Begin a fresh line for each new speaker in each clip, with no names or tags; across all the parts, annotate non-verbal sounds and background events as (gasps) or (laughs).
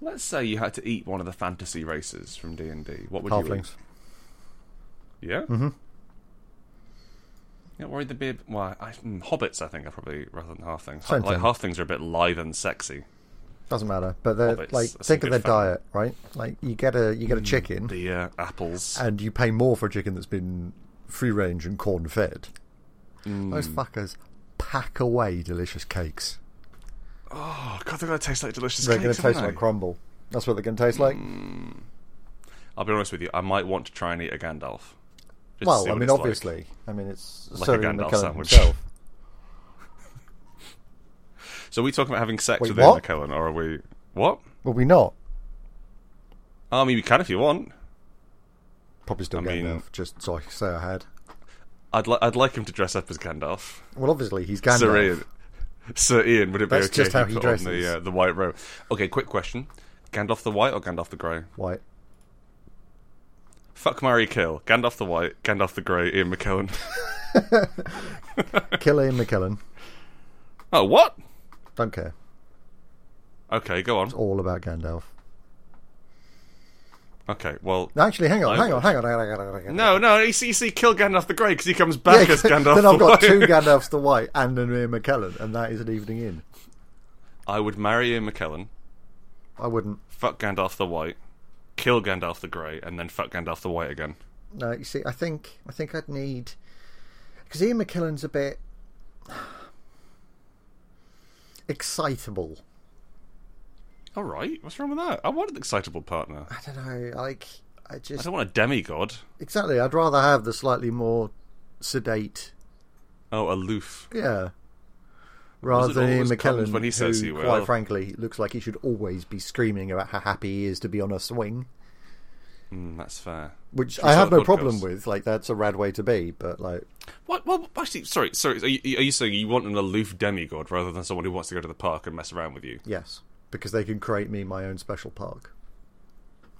Let's say you had to eat one of the fantasy races from D and D. What would
Halflings.
you? Eat? Yeah.
Mm-hmm.
Yeah, worried there'd be a, well, I, mm, hobbits. I think are probably rather than halflings.
Same
like
thing.
halflings are a bit lithe and sexy.
Doesn't matter. But they're
Hobbits,
like
that's a
think of
good
their
fan.
diet, right? Like you get a you get a chicken
The uh, apples.
and you pay more for a chicken that's been free range and corn fed.
Mm.
Those fuckers pack away delicious cakes.
oh god, they're gonna taste like delicious.
They're going
cakes, Mm.
to
aren't
taste
they?
like crumble. That's what they're going to taste like.
I'll be honest with you. I might want to try and eat a Gandalf. Just to see
well, I
what
mean,
it's like.
obviously, I mean, it's
a
Sir Ian
Gandalf
McKellen
sandwich.
himself.
So, are we talking about having sex
Wait,
with Ian
what?
McKellen, or are we what?
Well, we not
I mean, we can if you want.
probably still
I
getting
mean-
enough. Just so I say I had.
I'd li- I'd like him to dress up as Gandalf.
Well, obviously he's Gandalf.
Sir Ian. Sir Ian, would it be
That's
okay
just
if
how
you
he
put on
dresses.
the, uh, the white robe? Okay, quick question: Gandalf the White or Gandalf the Grey?
White.
Fuck Mary Kill. Gandalf the White, Gandalf the Grey, Ian McKellen. (laughs)
Kill Ian McKellen.
oh, what?
Don't care.
Okay, go on.
All about Gandalf.
Okay, well.
Actually, hang on,
I
hang
would.
on, hang on, hang on, hang on, hang on. hang on.
No, no, you see, you see kill Gandalf the Grey because he comes back as Gandalf
(laughs) then
the
I've
White. (laughs)
got two Gandalfs the White and an Ian McKellen, and that is an evening in.
I would marry Ian McKellen,
I wouldn't.
fuck Gandalf the White, kill Gandalf the Grey, and then fuck Gandalf the White again.
No, you see, I think I think I'd need because Ian McKellen's a bit (sighs) excitable.
All right, what's wrong with that? I want an excitable partner.
I don't know, like I
I
just
don't want a demigod.
exactly. I'd rather have the slightly more sedate,
Oh, aloof.
yeah, rather
it
than Ian
always comes
McKellen,
when he says
who,
he will?
quite frankly, looks like he should always be screaming about how happy he is to be on a swing.
Mm, that's fair.
Which
we
I have
start a
no problem
podcast?
with. Like that's a rad way to be, but like
What? Well, actually, sorry, sorry. Are you, are you saying you want an aloof demigod rather than someone who wants to go to the park and mess around with you?
yes, because they can create me my own special park.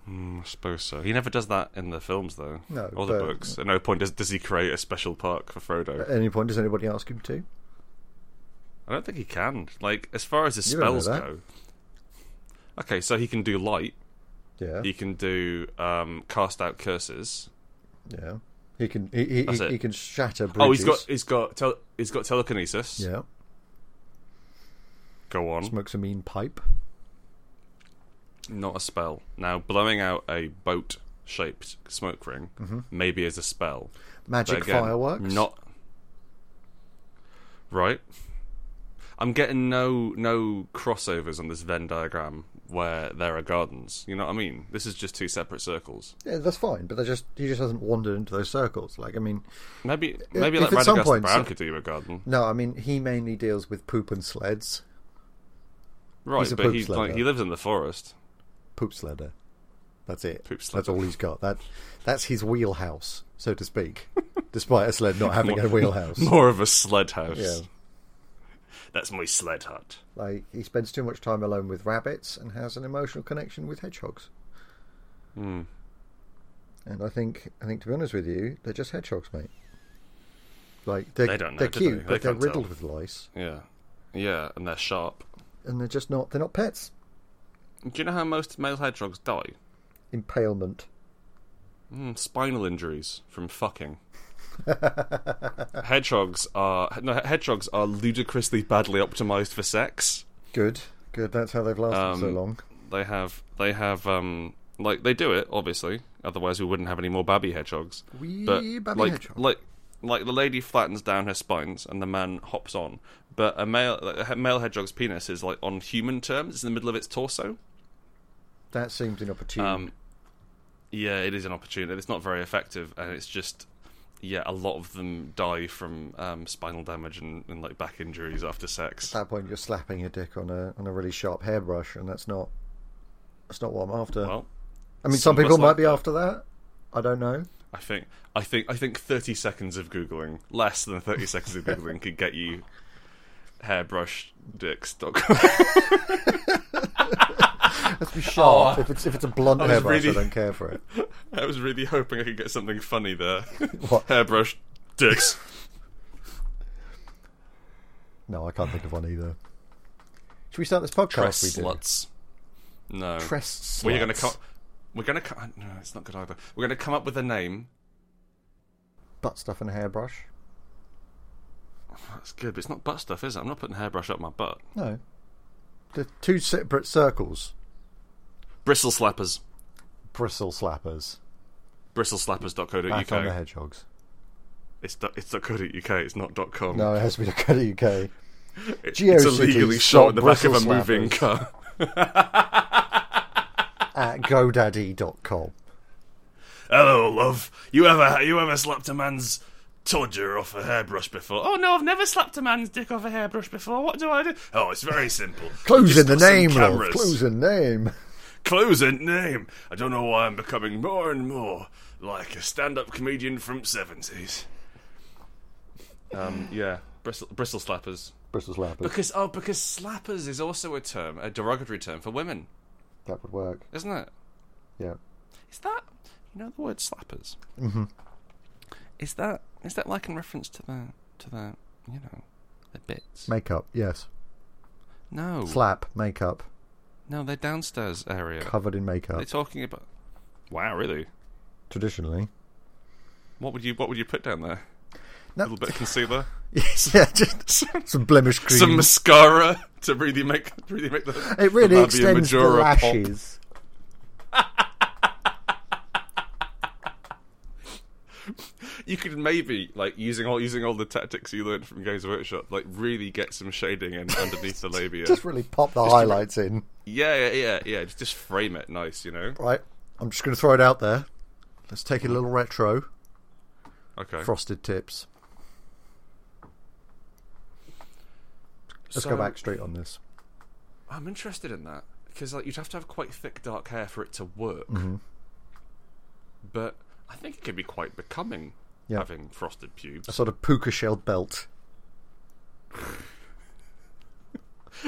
Mm, I suppose so. He never does that in the films, though.
No,
or the
but- uh,
books. At no point does, does he create a special park for Frodo.
At any point, does anybody ask him to?
I don't think he can. Like, as far as his
You don't know
spells
that.
go. Okay, so he can do light.
Yeah,
He can do um, cast out curses.
yeah. He can he he,
That's
he,
it.
he can shatter bridges.
Oh, he's got he's got tel- he's got telekinesis.
yeah.
Go on.
Smokes a mean pipe.
Not a spell. Now, blowing out a boat-shaped smoke ring
Mm-hmm.
maybe is a spell. But
Magic
again,
fireworks.
Not right. I'm getting no no crossovers on this Venn diagram where there are gardens. You know what I mean? This is just two separate circles.
Yeah, that's fine. But they just he just hasn't wandered into those circles. Like I mean,
Maybe maybe
if
like
at some
Radagast
point-
Brown could do a garden.
no, I mean he mainly deals with poop and sleds.
Right,
he's a
but
poop
he's
slider.
like he lives in the forest. (laughs)
Poop sledder. That's it.
Poop
That's
sledder.
all he's got. That that's his wheelhouse, so to speak. (laughs) Despite a
(laughs)
sled not having a wheelhouse.
More of a sled house.
Yeah.
That's my sled hut.
Like he spends too much time alone with rabbits and has an emotional connection with hedgehogs.
Hmm.
And I think, I think to be honest with you, they're just hedgehogs, mate. Like they're,
They don't know,
they're
do
cute,
they? They
but they're
can't tell.
riddled with lice,
Yeah. Yeah, and they're sharp.
and they're just not. They're not pets.
Do you know how most male hedgehogs die?
Impalement.
Mm, spinal injuries from fucking. hedgehogs are no hedgehogs are ludicrously badly optimized for sex.
Good, good. That's how they've lasted so
Um,
long.
They have they have um like they do it obviously, otherwise we wouldn't have any more babby hedgehogs.
Wee
but
babby
like
hedgehog.
like like the lady flattens down her spines and the man hops on, but a male like, a male hedgehog's penis is like on human terms, it's in the middle of its torso.
That seems inopportune.
Um, yeah, it is an opportunity. It's not very effective, and it's just yeah, a lot of them die from um, spinal damage and, and like back injuries after sex.
At that point, you're slapping your dick on a on a really sharp hairbrush, and that's not that's not what I'm after.
Well,
I mean, some
some of us
people might
like
be
that.
after that. I don't know.
I think I think I think thirty seconds of googling, less than thirty seconds of googling, could get you hairbrushedicks.com.
Let's be sharp. if it's if it's a blunt
Oh. was
hairbrush,
really-
I don't care for it.
(laughs) I was really hoping I could get something funny there.
(laughs) What?
Hairbrush dicks.
(laughs) No, I can't think of one either. Should we start this podcast?
Press
we do.
sluts. No.
Press
We're going to
sluts.
come. We're going to come. No, it's not good either. We're going to come up with a name.
butt stuff and a hairbrush.
That's good, but it's not butt stuff, is it? I'm not putting hairbrush up my butt.
No, they're two separate circles.
Bristle slappers.
Bristle slappers. Back on the
Bristleslappers.co.uk.
hedgehogs.
It's dot- it's .co.uk. It's not dot .com.
No, it has to be the UK.
It- it's
GeoCities
illegally shot in the back of a
Bristle
moving car.
slappers.
(laughs)
at GoDaddy.com.
Hello, love. You ever you ever slapped a man's todger off a hairbrush before? Oh no, I've never slapped a man's dick off a hairbrush before. What do I do? Oh, it's very simple.
Clues
Just
in the
put some
name, love.
cameras.
Clues in name.
Clues in name. I don't know why I'm becoming more and more like a stand-up comedian from seventies. Um, yeah, bristle, bristle slappers.
Bristle slappers.
Because oh, because slappers is also a term, a derogatory term for women,
That would work.
isn't it?
Yeah.
Is that you know the word slappers? Mm-hmm. Is that is that like in reference to the to the you know the bits?
Makeup. Yes.
no,
Slap. Makeup.
no, they're downstairs area.
Covered in makeup.
They're talking about. Wow, really?
Traditionally. (laughs)
What would you what would you put down there?
No.
A little bit of (laughs) concealer,
yeah. Just (laughs) some blemish cream.
some mascara to really make really make the
it really
the Mabia
extends the
Majora pop.
lashes.
You could maybe like using all using all the tactics you learned from Games Workshop, like really get some shading in underneath the labia.
(laughs) Just really pop the highlights in.
Yeah, yeah, yeah, yeah. Just, just frame it nice, you know.
Right. I'm just going to throw it out there. Let's take a little retro.
Okay.
Frosted tips. Let's
So-
go back straight on this.
I'm interested in that because like you'd have to have quite thick dark hair for it to work.
Mm-hmm.
But I think it could be quite becoming
Yeah.
having frosted pubes. (laughs)
A sort of puka shell belt.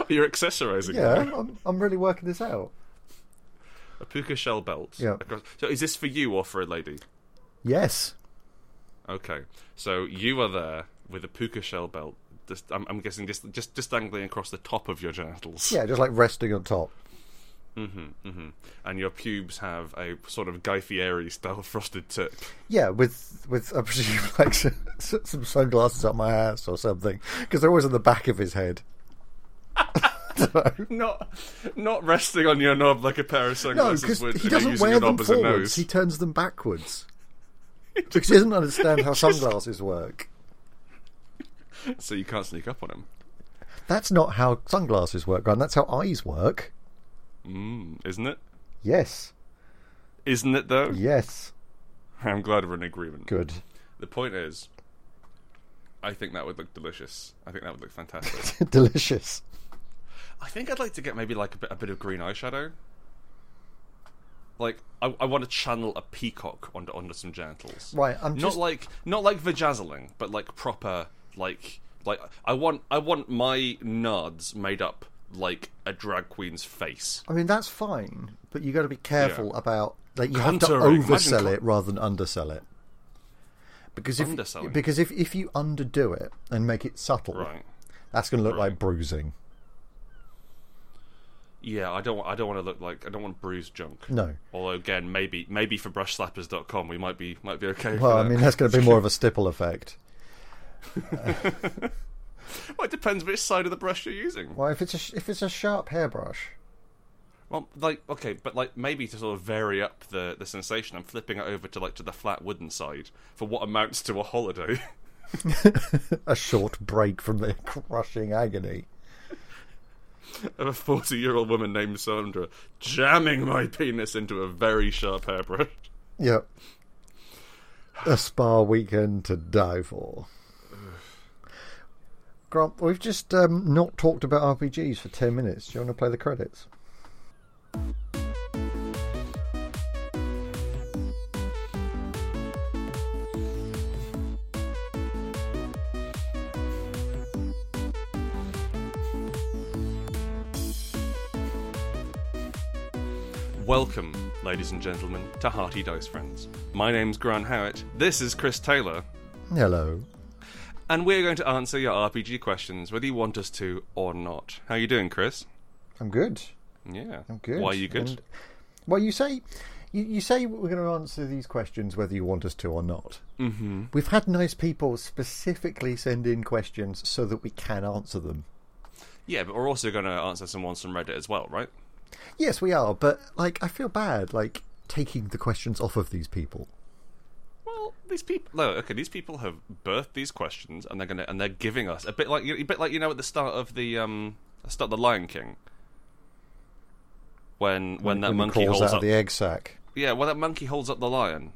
You're accessorizing
Yeah,
now.
I'm, I'm really working this out.
a puka shell belt.
Yeah.
Across- So is this for you or for a lady?
Yes.
Okay. So you are there with a puka shell belt. Just, I'm, I'm guessing just just just dangling across the top of your genitals.
Yeah, just like resting on top.
And your pubes have a sort of Guy Fieri style (laughs) frosted tip.
Yeah, with with I presume (laughs) like s- s- some sunglasses up my ass or something because they're always on the back of his head.
Not not resting on your knob like a pair of
No,
sunglasses
because
would.
he
and you're
doesn't
using
wear
your
them
knob as a
forwards.
nose.
He turns them (laughs) backwards because he doesn't understand how sunglasses work.
so you can't sneak up on him.
That's not how sunglasses work, Grant. That's how eyes work.
Mm, isn't it?
Yes,
Isn't it though?
yes,
I'm glad we're in agreement.
good. (laughs)
The point is, I think that would look delicious. I think that would look (laughs) fantastic.
Delicious.
I think I'd like to get maybe like a bit, a bit of green eyeshadow. Like I, I want to channel a peacock onto onto some genitals.
Right, I'm
not
just-
like not like vajazzling, but like proper like like I want I want my nards made up like a drag queen's face.
I mean, that's fine, but you got to be careful
Yeah.
about like you have to
Contouring. Imagine
oversell
con-
it rather than undersell it. Because if
Underselling.
because if, if you underdo it and make it subtle,
Right.
that's going to look like bruising.
Yeah, I don't. wa- I don't want to look like. I don't want bruised junk.
No.
Although again, maybe maybe for brushslappers.com we might be might be okay. for
Well, I
that.
mean, that's going to be more of a stipple effect.
(laughs) well, it depends which side of the brush you're using.
Well, if it's a sh- if it's a sharp hairbrush,
Well, like okay, but like maybe to sort of vary up the the sensation, I'm flipping it over to like to the flat wooden side for what amounts to a holiday. (laughs)
a short break from the (laughs) crushing agony.
of a 40 year old woman named Sandra jamming my penis into a very sharp hairbrush.
Yep. A spa weekend to die for. Grant, we've just um, not talked about RPGs for 10 minutes. Do you want to play the credits?
Welcome, ladies and gentlemen, to Hearty Dice Friends. My name's Grant Howitt. This is Chris Taylor.
Hello.
and we're going to answer your RPG questions, whether you want us to or not. How you doing, Chris?
I'm good.
Yeah.
I'm good.
Why are you good?
And- well, you say you, you say we're going to answer these questions whether you want us to or not. Mm-hmm. We've had nice people specifically send in questions so that we can answer them.
Yeah, but we're also going to answer some ones from Reddit as well, right?
Yes, we are, but like I feel bad like taking the questions off of these people.
Well, these people. No, okay, these people have birthed these questions, and they're gonna and they're giving us a bit like a bit like you know at the start of the um start of the Lion King. When when that
he
monkey
crawls
holds up
out of the egg sack.
yeah, when that monkey holds up the lion.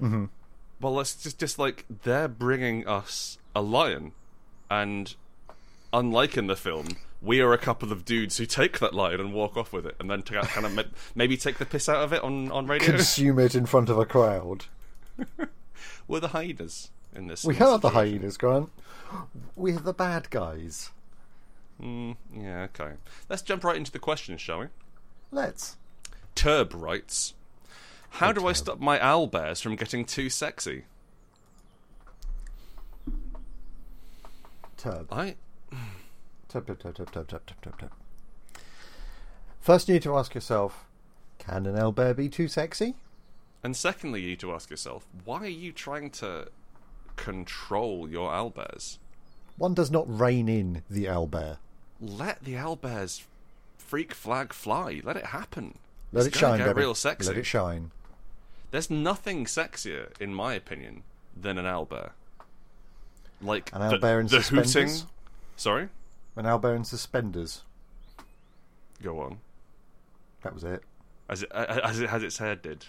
Mm-hmm. Well, it's just just like they're bringing us a lion, and unlike in the film, we are a couple of dudes who take that lion and walk off with it, and then take out, kind of ma- maybe take the piss out of it on on
(laughs)
radio. (laughs)
Consume it in front of a crowd.
We're the hyenas in this.
We
in this
are the
situation.
hyenas, Grant. We're the bad guys.
Yeah, okay. Let's jump right into the question, shall we?
Let's.
Turb writes, "How do I stop my owl bears from getting too sexy?"
Turb.
I
Turb, turb, turb, turb, turb, turb, turb, turb, turb. First, you need to ask yourself can an owl bear be too sexy?
And secondly, you need to ask yourself, why are you trying to control your owlbears?
One does not rein in the owl bear.
Let the owlbears freak flag fly. Let it happen.
Let
it's
it
gonna
shine,
get
baby.
real sexy.
Let it shine.
There's nothing sexier, in my opinion, than an owlbear. Like
An
the,
owlbear in
the hooting.
suspenders?
Sorry,
An owl bear in suspenders.
go on.
That was it.
As it as it has its hair did.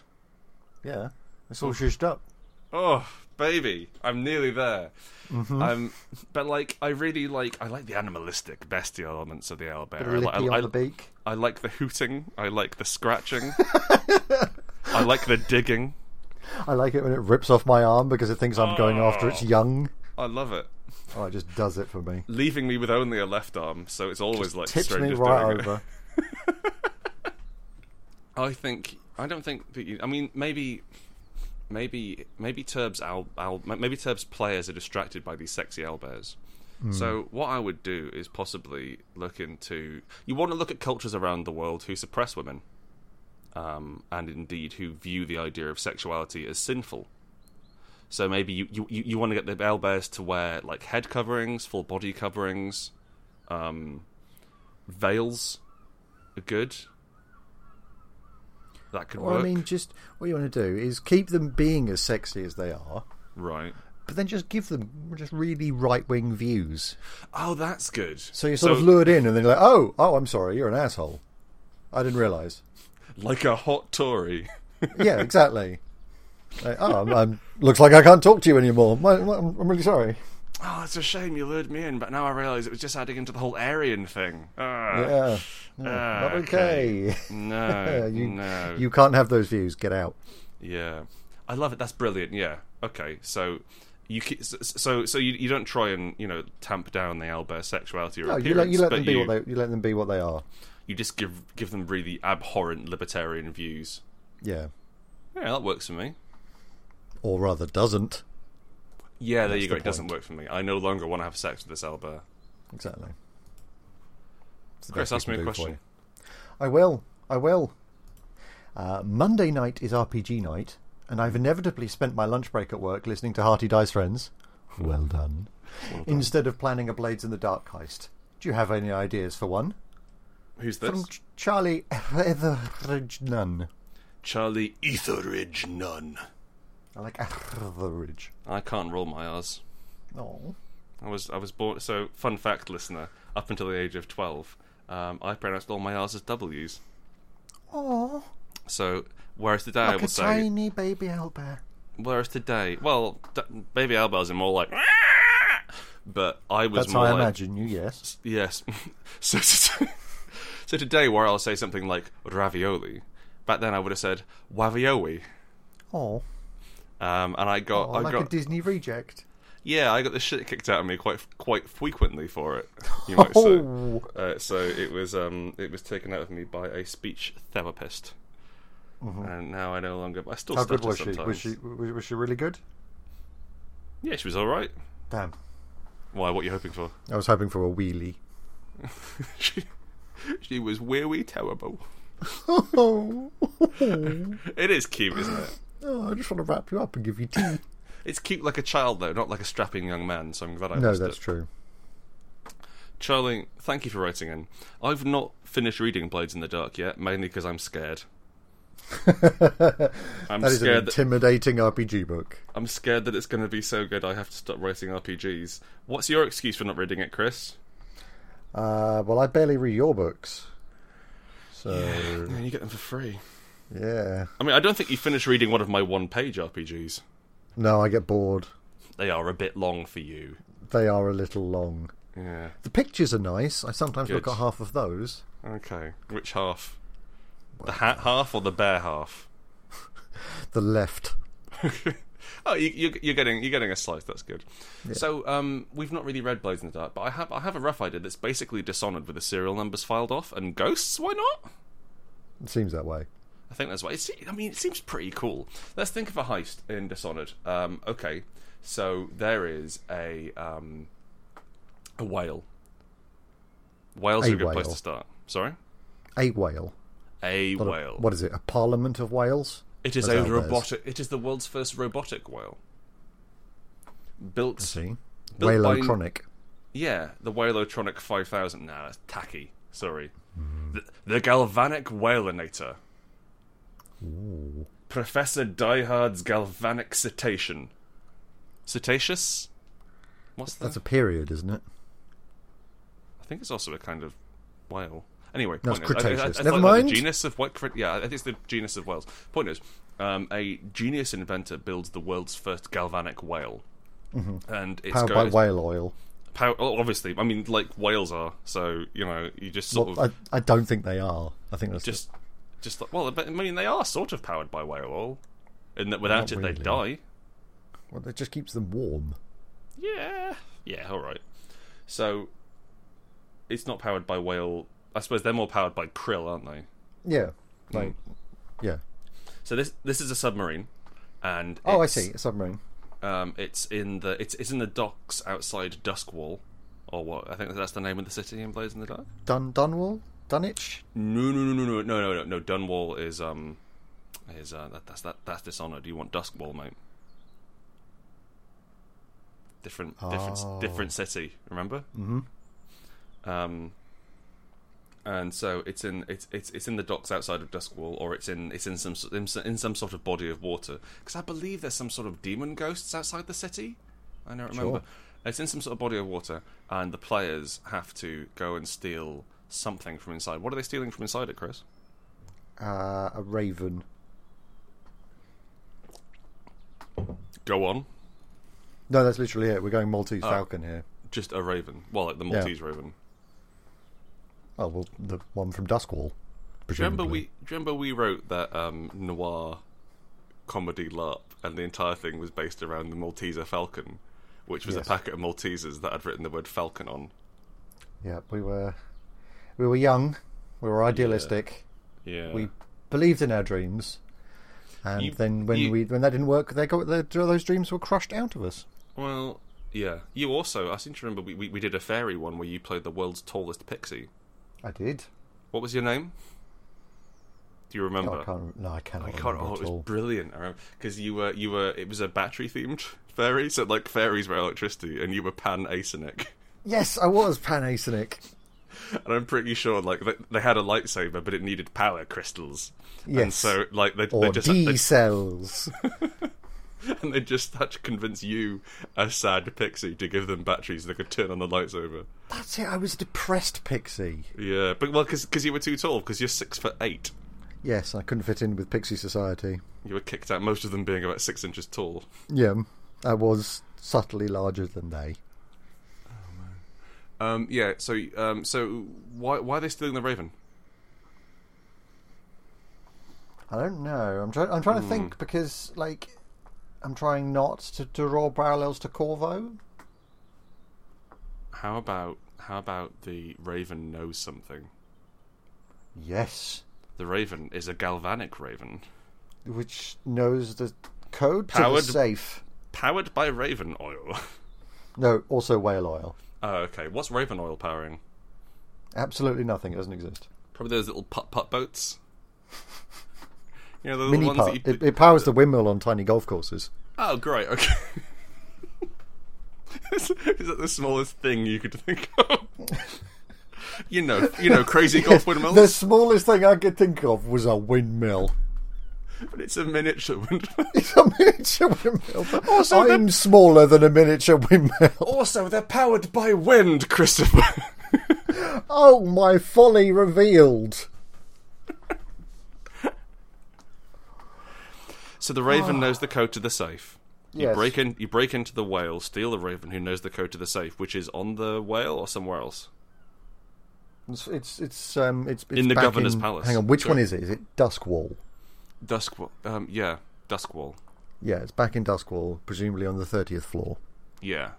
Yeah. It's all zhuzhed up.
oh baby i'm nearly there
Mm-hmm.
um, but like i really like i like the animalistic bestial elements of the owlbear
Bit
I,
of lippy
li- I,
on the beak.
I like the hooting i like the
(laughs)
scratching i like the digging
I like it when it rips off my arm because it thinks I'm
Oh.
going after its young.
i love it
Oh, it just does it for me.
leaving me with only a left arm so it's always like
Tips me
strangers
right
doing it. (laughs)
over.
i think i don't think that you, i mean maybe maybe maybe Turb's owl, owl maybe Turb's players are distracted by these sexy owlbears.
Hmm.
So what I would do is possibly look into you want to look at cultures around the world who suppress women, um, and indeed who view the idea of sexuality as sinful. So maybe you you, you want to get the owlbears to wear like head coverings, full body coverings, um, veils are good. That could
Well,
work,
I mean, just what you want to do is keep them being as sexy as they are,
right?
but then just give them just really right wing views.
Oh, that's good.
So you're sort of lured in, and then you're like, oh, oh, I'm sorry, you're an asshole. I didn't realise.
like a hot
(laughs)
Tory.
Yeah, exactly. Like, oh, I'm, I'm, looks like I can't talk to you anymore. My, my- I'm I'm really sorry.
oh, it's a shame you lured me in, but now I realise it was just adding into the whole Aryan thing. Ah,
Yeah,
ah,
not okay.
No,
(laughs) you,
no.
you can't have those views. Get out.
Yeah, I love it. That's brilliant. Yeah. Okay. So you ki- s- so so you, you don't try and you know tamp down the owlbear sexuality or
No, you
appearance,
let, you let
but
them be
you,
what they you let them be what they are.
you just give give them really abhorrent libertarian views.
Yeah,
Yeah, that works for me.
or rather, doesn't
Yeah, there you go.
the
It doesn't work for me. I no longer want to have sex with this owlbear.
exactly. It's the
Chris,
best we
ask me
can
a
do for
question.
you. I will. I will. Uh, Monday night is RPG night, and I've inevitably spent my lunch break at work listening to Hearty Dice Friends. Well done. Instead of planning a Blades in the Dark heist. Do you have any ideas for one?
Who's this?
From Ch- Charlie Etheridge Nunn.
Charlie Etheridge Nunn.
I like Etheridge.
I can't roll my R's.
Oh.
I was I was born. So fun fact, listener, up until the age of twelve, um, I pronounced all my R's as W's.
Oh,
So whereas today I
like
will
a
say,
tiny baby owlbear.
whereas today, well, d- baby elbows are more like, (laughs) but I was
That's how
more
I
like,
imagine you, yes.
yes. (laughs) so t- so today, where I'll say something like ravioli, back then I would have said wavioli.
Oh,
Um, and I got,
oh
I
like
got,
a Disney reject.
yeah, I got the shit kicked out of me quite, quite frequently for it. You might say.
Oh.
Uh, so it was um, it was taken out of me by a speech therapist, and now I no longer. I still
Mm-hmm. How good
stutter
was she?
sometimes.
Was she, was, was she really good?
Yeah, she was all right.
Damn.
Why? What are you hoping for? (laughs)
(laughs) I was hoping for a wheelie.
she She was weary terrible.
Oh,
It is cute, isn't
(gasps)
it?
I just want to wrap you up and give you tea.
It's cute like a child, though, not like a strapping young man, so I'm glad I
No,
missed
that's
it.
true.
Charlie, thank you for writing in. I've not finished reading Blades in the Dark yet, mainly because I'm
(laughs)
scared. I'm
That is an
scared. That,
intimidating RPG book.
I'm scared that it's going to be so good. I have to stop writing RPGs. What's your excuse for not reading it, Chris?
Uh, well, I barely read your books. So,
No, you get them for free.
yeah.
I mean, I don't think you finished reading one of my one-page RPGs.
No, I get bored.
They are a bit long for you.
They are a little long.
Yeah.
The pictures are nice. I sometimes look
Good.
at half of those.
Okay. Which half? The hat half or the bear half?
The left.
Oh, you, you, you're getting you're getting a slice. That's good. So um, we've not really read Blades in the Dark, but I have I have a rough idea that's basically Dishonored with the serial numbers filed off and ghosts. Why not?
It seems that way.
I think that's why. It's, I mean, it seems pretty cool. Let's think of a heist in Dishonored. Um, okay, so there is a um, a whale. Whales
A
are a good place
whale.
to start. Sorry,
A whale.
a
Not a-
whale.
What is it? A parliament of whales?
It is
That's
a
how it is.
robotic. It is the world's first robotic whale. Built,
See?
Built by-
Whalotronic.
yeah, the Whaleotronic 5000. Nah, that's tacky. Sorry. The, the Galvanic Whalinator. Professor Diehard's Galvanic Cetacean. Cetaceous? What's that?
That's a period, isn't it?
I think it's also a kind of whale. Anyway,
No, it's
point is- I- I-
Cretaceous.
it's
Never
like- like the
mind.
genus of what? Cret- Yeah, I think it's the genus of whales. Point is, um, a genius inventor builds the world's first galvanic whale, and it's
Mm-hmm. Powered
go-
by
it's
whale oil.
pow- oh, obviously. I mean, like whales are. So you know, you just sort
Well,
of
I, I don't think they are. I think that's
just, just like, well, but, I mean, they are sort of powered by whale oil, in that without
Not
it
really.
they die.
Well, it just keeps them warm.
Yeah. Yeah, all right. So it's not powered by whale. I suppose they're more powered by krill, aren't they?
Yeah.
Hmm.
Like, yeah.
So this this is a submarine, and
Oh,
it's,
I see. A submarine.
Um, it's in the it's it's in the docks outside Duskwall, or what? I think that's the name of the city in Blaze in the Dark.
Dun Dunwall? Dunwich?
No, no, no, no, no, no, no, no, no. Dunwall is um is uh, that, that's that that's Dishonored. You want Duskwall, mate? Different, different,
Oh.
different city. Remember? Mm-hmm. Um, and so it's in it's it's it's in the docks outside of Duskwall, or it's in it's in some s- in, s- in some sort of body of water. Because I believe there's some sort of demon ghosts outside the city. I don't remember.
Sure.
It's in some sort of body of water, and the players have to go and steal something from inside. What are they stealing from inside it, Chris?
Uh, a raven.
Go on.
No, that's literally it. We're going Maltese
Oh.
Falcon here.
Just a raven. Well, like the Maltese raven.
Oh, well, the one from Duskwall.
Do you remember
presumably.
we? Do you remember we wrote that um, noir comedy LARP, and the entire thing was based around the Malteser Falcon, which was
Yes.
a packet of Maltesers that I'd written the word Falcon on.
Yeah, we were, we were young, we were idealistic,
Yeah.
we believed in our dreams, and
You-
then when
you-
we when that didn't work, they got the, those dreams were crushed out of us.
Well, yeah. You also, I seem to remember we, we, we did a fairy one where you played the world's tallest pixie.
I did.
What was your name? Do you remember?
No, I can't. No, Oh, I cannot.
I can't. Oh,
remember
it
at all.
was brilliant. Because you were, you were. It was a battery themed (laughs) fairy, so like fairies were electricity, and you were pan asonic.
Yes, I was Panasonic.
(laughs) And I'm pretty sure, like, they, they had a lightsaber, but it needed power crystals. And
Yes.
so, like, they, they
Or
just (laughs)
D cells.
they- and they just had to convince you, a sad pixie, to give them batteries they could turn on the lightsaber.
That's it. I was a depressed pixie.
Yeah, but well, because you were too tall, because you're six foot eight.
Yes, I couldn't fit in with pixie society.
You were kicked out. Most of them being about six inches tall.
Yeah, I was subtly larger than they.
Um, yeah. So, um, so why why are they stealing the raven?
I don't know. I'm trying. I'm trying to
Hmm.
think because, like, I'm trying not to draw parallels to Corvo.
How about how about the raven knows something?
Yes,
The raven is a galvanic raven,
which knows the code
Powered-
to the safe.
powered by raven oil. (laughs)
No, also whale oil.
Oh, okay. What's Raven Oil powering?
Absolutely nothing. It doesn't exist.
Probably those little putt putt boats. (laughs) you know, the
Mini
ones
putt.
that you
It, it powers the windmill on tiny golf courses.
Oh, great. Okay. (laughs) is that the smallest thing you could think of? (laughs) you know, you know,
(laughs)
crazy golf windmills.
The smallest thing I could think of was a windmill. (laughs)
But it's a miniature (laughs) windmill.
It's a miniature windmill. but
Also the-
I'm smaller than a miniature windmill. (laughs)
Also, they're powered by wind, Christopher.
Oh, my folly revealed.
(laughs) so the Raven knows the code to the safe. You
Yes.
break in. You break into the whale, steal the Raven, who knows the code to the safe, which is on the whale or somewhere else.
It's it's it's, um, it's, it's
In the
back
governor's palace.
Hang on, which one
Sorry.
is it? Is it Duskwall?
Duskwall. Um, yeah, Duskwall.
Yeah, it's back in Duskwall, presumably on the thirtieth floor.
Yeah.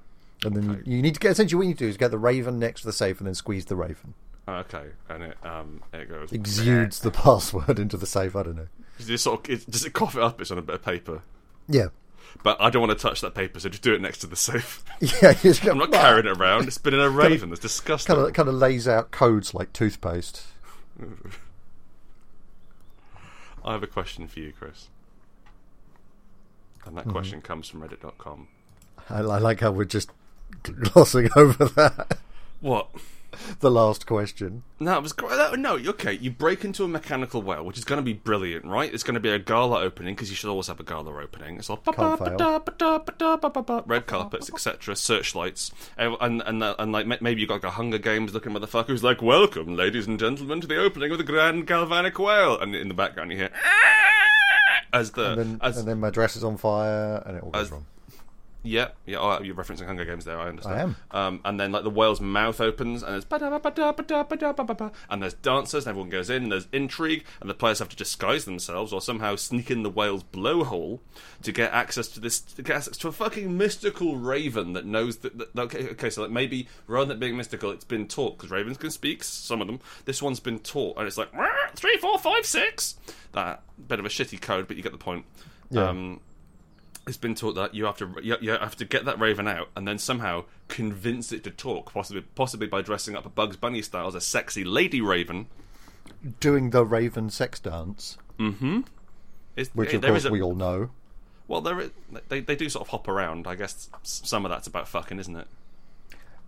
And then you, you need to get essentially what you do is get the raven next to the safe and then squeeze the raven.
Okay, and it um it goes.
Exudes the (laughs) password into the safe. I don't know.
Does it sort of, it, does it cough it up? It's on a bit of paper.
Yeah, (laughs)
But I don't want to touch that paper, so just do it next to the safe. (laughs)
yeah. It's
I'm not carrying it around. It's (laughs) been in a raven. That's disgusting.
kind of kind of lays out codes like toothpaste.
I have a question for you, Chris. And that question comes from reddit.com.
I, I like how we're just glossing (laughs) over that.
What?
The last question.
No, it was gr- no, no, okay. You break into a mechanical whale, which is going to be brilliant, right? It's going to be a gala opening because you should always have a gala opening. It's like
Can't fail.
ba-da, ba-da, ba-da, ba-ba-ba, red carpets, etc., searchlights, and and and, uh, and like ma- maybe you got like a Hunger Games looking motherfucker who's like, "Welcome, ladies and gentlemen, to the opening of the Grand Galvanic Whale," and in the background you hear as the
And then,
as
and then my dress is on fire, and it all goes wrong.
Yeah, yeah. Oh, you're referencing Hunger Games there. I understand.
I am.
Um, and then like the whale's mouth opens, and there's ba-da-ba-ba-da-ba-da-ba-da-ba-ba-ba, and there's dancers, and everyone goes in, and there's intrigue, and the players have to disguise themselves or somehow sneak in the whale's blowhole to get access to this to get access to a fucking mystical raven that knows that. that okay, okay, so like maybe rather than it being mystical, it's been taught because ravens can speak. Some of them. This one's been taught, and it's like "Wah, three, four, five, six. That bit of a shitty code, but you get the point.
Yeah.
Um, it's been taught that you have to you you have to get that raven out and then somehow convince it to talk, possibly possibly by dressing up a Bugs Bunny style as a sexy lady raven.
Doing the raven sex dance,
It's,
which
eh,
of
there
course
is a-
we all know.
well, there is, they they do sort of hop around. I guess s- some of that's about fucking, isn't it?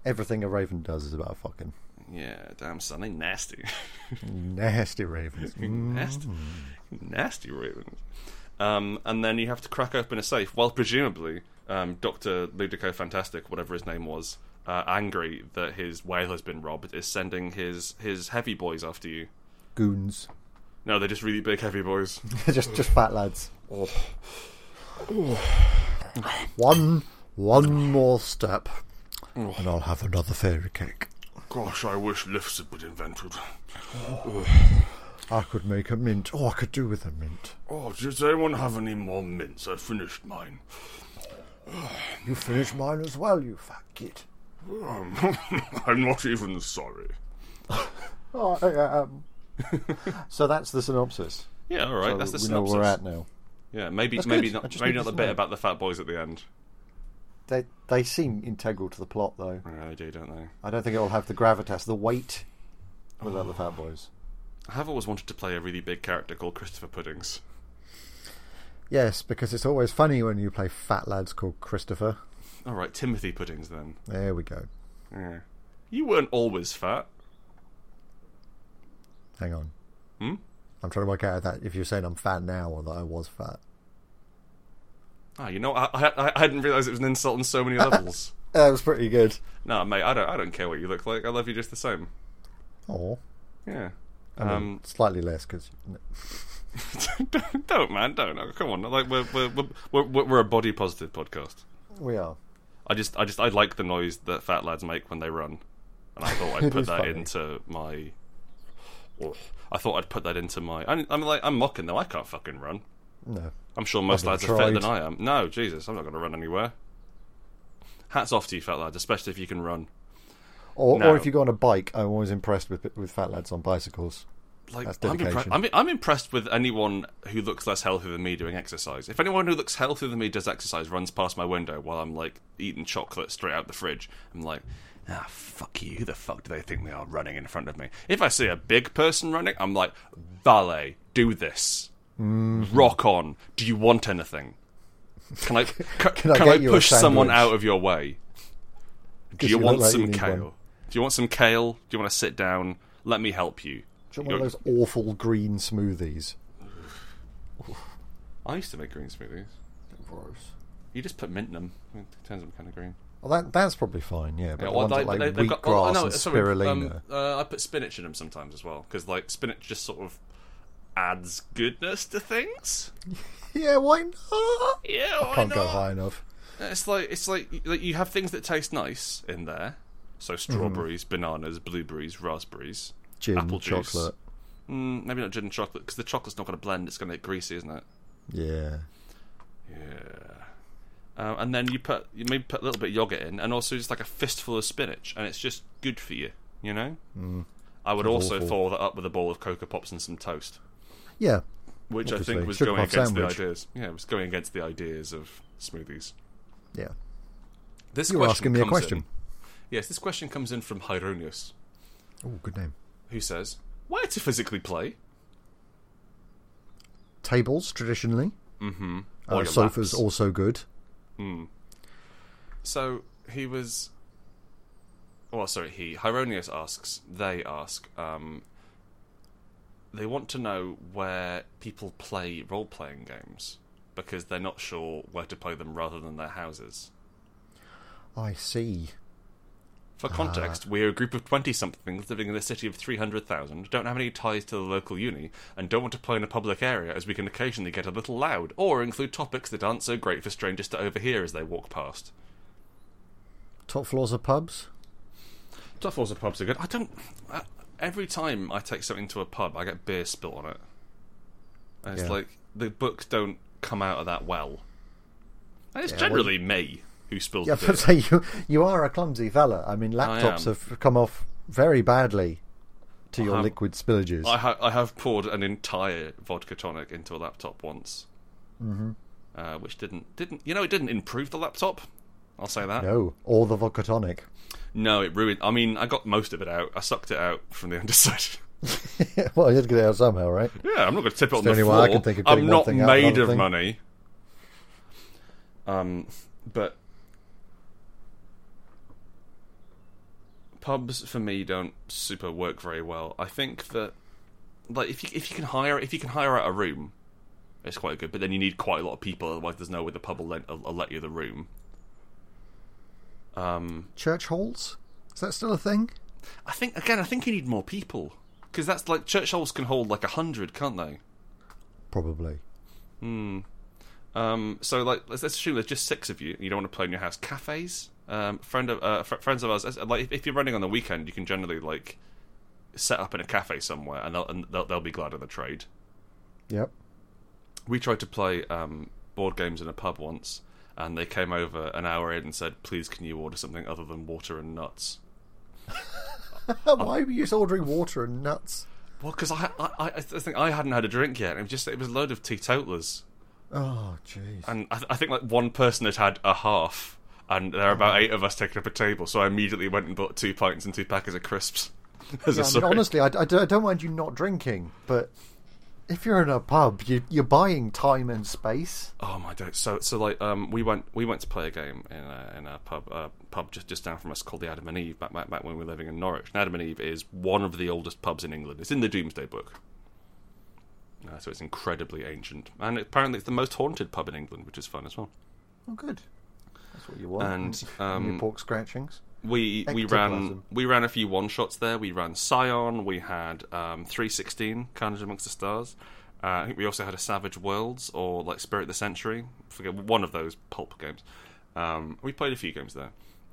Everything a raven does is about fucking
Yeah, damn son, they nasty. (laughs)
nasty ravens.
Mm. nasty, nasty ravens. Um, and then you have to crack open a safe. Well, presumably, um, Doctor Ludico Fantastic, whatever his name was, uh, angry that his whale has been robbed, is sending his his heavy boys after you.
(laughs) Goons, (laughs)
No, they're just really big, heavy boys.
just just fat lads.
Oh.
One one more step,
Oh.
and I'll have another fairy cake.
Gosh, I wish lifts had been invented.
I could make a mint. Oh, I could do with a mint.
Oh, does anyone have any more mints? I finished mine.
You finish mine as well, you fat kid.
Um, (laughs) I'm not even sorry.
Oh, I am. (laughs) so that's the synopsis.
Yeah, all right. that's the
we know
synopsis.
where we're at now.
Yeah, maybe
That's
maybe
good. I
not
just
maybe
need
not
to
the bit
know.
about the fat boys at the end.
They they seem integral to the plot, though.
Yeah, they do, don't they?
I don't think it will have the gravitas, the weight,
(sighs)
without the Fat Boys.
I have always wanted to play a really big character called Christopher Puddings.
Yes, because it's always funny when you play fat lads called Christopher.
All right, Timothy Puddings then.
There we go.
Yeah. You weren't always fat.
Hang on.
Hmm?
I'm trying to work out that if you're saying I'm fat now or that I was fat.
Ah, you know, I I, I hadn't realised it was an insult on so many
(laughs)
levels.
That was pretty good.
no, mate, I don't I don't care what you look like. I love you just the same.
Oh,
Yeah. (laughs)
um, slightly less because
don't, don't, man, don't. Oh, come on, like we're we're, we're- we're we're we're a body positive podcast.
we are.
I just I just I like the noise that fat lads make when they run, and I
(laughs)
thought I'd
It
put
is
that
funny.
into my. I thought I'd put that into my. I'm, I'm like I'm mocking though. I can't fucking run.
No,
I'm sure most
I've
lads are fitter
tried.
than I am. No, Jesus, I'm not going to run anywhere. Hats off to you, fat lads, especially if you can run.
or,
No.
or if you go on a bike, I'm always impressed with with fat lads on bicycles.
Like
That's
I'm,
dedication.
I'm I'm impressed with anyone who looks less healthy than me doing exercise. If anyone who looks healthier than me does exercise runs past my window while I'm like eating chocolate straight out the fridge, I'm like, ah, fuck you. Who the fuck do they think they are running in front of me? If I see a big person running, I'm like, valet, do this.
Mm-hmm.
Rock on. Do you want anything? Can
(laughs)
I, c- can
I
I,
get you a
push someone
sandwich?
out of your way? Do
'Cause
you,
you look
want
like you
some
need
kale?
one.
Do you want some kale? Do you want to sit down? Let me help you.
Do you want one of those awful green smoothies?
I used to make green smoothies. You just put mint in them. I mean, it turns them kind of green.
Well, that that's probably fine, yeah. But
Yeah,
the
well,
ones that,
they-
like
they- they've
wheat
got- oh,
grass
no,
and
sorry,
spirulina.
um, uh, I put spinach in them sometimes as well because like spinach just sort of adds goodness to things.
yeah, why not?
Yeah, why
Can't go
not?
high enough.
It's like it's like, like you have things that taste nice in there. So strawberries, bananas, blueberries, raspberries,
Mm-hmm. Gin,
apple juice.
chocolate.
Mm, maybe not gin and chocolate because the chocolate's not going to blend. It's going to get greasy, isn't it?
Yeah.
Um, and then you put you maybe put a little bit of yogurt in, and also just like a fistful of spinach, and it's just good for you, you know. Mm. I would also
awful.
follow that up with a bowl of cocoa pops and some toast,
Yeah.
which I
Obviously.
think was
Sugar
going
puff
against
sandwich.
the ideas. Yeah, it was going against the ideas of smoothies.
Yeah.
This
You were
question
asking me a
comes
question.
in- Yes, this question comes in from Hyronius,
Oh, good name.
who says, "Where to physically play?
Tables traditionally. Mm-hmm.
Or
Uh,
your
sofas
laps.
also good.
So he was. Well, sorry, he. Hieronius asks, they ask, um, they want to know where people play role playing games because they're not sure where to play them rather than their houses.
I see.
For context, we're a group of 20 somethings living in a city of 300,000, don't have any ties to the local uni, and don't want to play in a public area as we can occasionally get a little loud or include topics that aren't so great for strangers to overhear as they walk past.
Top floors of pubs.
Top floors of pubs are good. I don't. I, every time I take something to a pub, I get beer spilt on it. And it's
Yeah.
like the books don't come out of that well. And it's
Yeah, well-
generally me who spills
Yeah,
the
(laughs) but
beer.
say you you are a clumsy fella. I mean, laptops
am.
have come off very badly to your
have-
liquid spillages.
I, ha- I have poured an entire vodka tonic into a laptop once, mm-hmm. uh, which didn't didn't you know it didn't improve the laptop. I'll say that.
No, or the vodka tonic.
No, it ruined. I mean, I got most of it out. I sucked it out from the (laughs) underside.
(laughs) well, you had to get it out somehow, right?
Yeah, I'm not going to tip it on
the
the
only
floor.
way I can think of getting
am
one
not
thing out and
made
another
of
thing.
money. Um, but pubs for me don't super work very well. I think that like if you if you can hire if you can hire out a room, it's quite good. But then you need quite a lot of people. Otherwise, there's no way the pub will let, will will let you the room.
Church halls? Is that still a thing?
I think again. I think you need more people because that's like church halls can hold like a hundred, can't they?
Probably.
Um, so like let's, let's assume there's just six of you. and You don't want to play in your house. Cafes, um, friend of uh, fr- friends of ours. as- Like if, if you're running on the weekend, you can generally like set up in a cafe somewhere, and they'll and they'll, they'll be glad of the trade.
Yep.
We tried to play um, board games in a pub once, and they came over an hour in and said, "Please, can you order something other than water and nuts?"
Oh, Why were you just ordering water and nuts?
Well, because I, I I I think I hadn't had a drink yet. It was just it was a load of teetotalers.
Oh, jeez.
and I, th- I think like one person had had a half, and there are about eight of us taking up a table. So I immediately went and bought two pints and two packets of crisps. (laughs) As a
I mean,
sorry.
honestly, I, I don't I don't mind you not drinking, but if you're in a pub, you, you're buying time and space.
oh my god! So so like um we went we went to play a game in a, in a pub uh, pub just just down from us called the Adam and Eve back, back back when we were living in Norwich. And Adam and Eve is one of the oldest pubs in England. It's in the Doomsday Book. Uh, so it's incredibly ancient, and apparently it's the most haunted pub in England, which is fun as well.
Oh, good. That's what you want.
And
And
um,
your pork scratchings.
we we
Ectoplasm.
ran we ran a few one shots there. We ran Scion. We had um, three sixteen, Carnage Amongst the Stars. Uh, I think we also had a Savage Worlds or like Spirit of the Century. Forget one of those pulp games. Um, we played a few games there,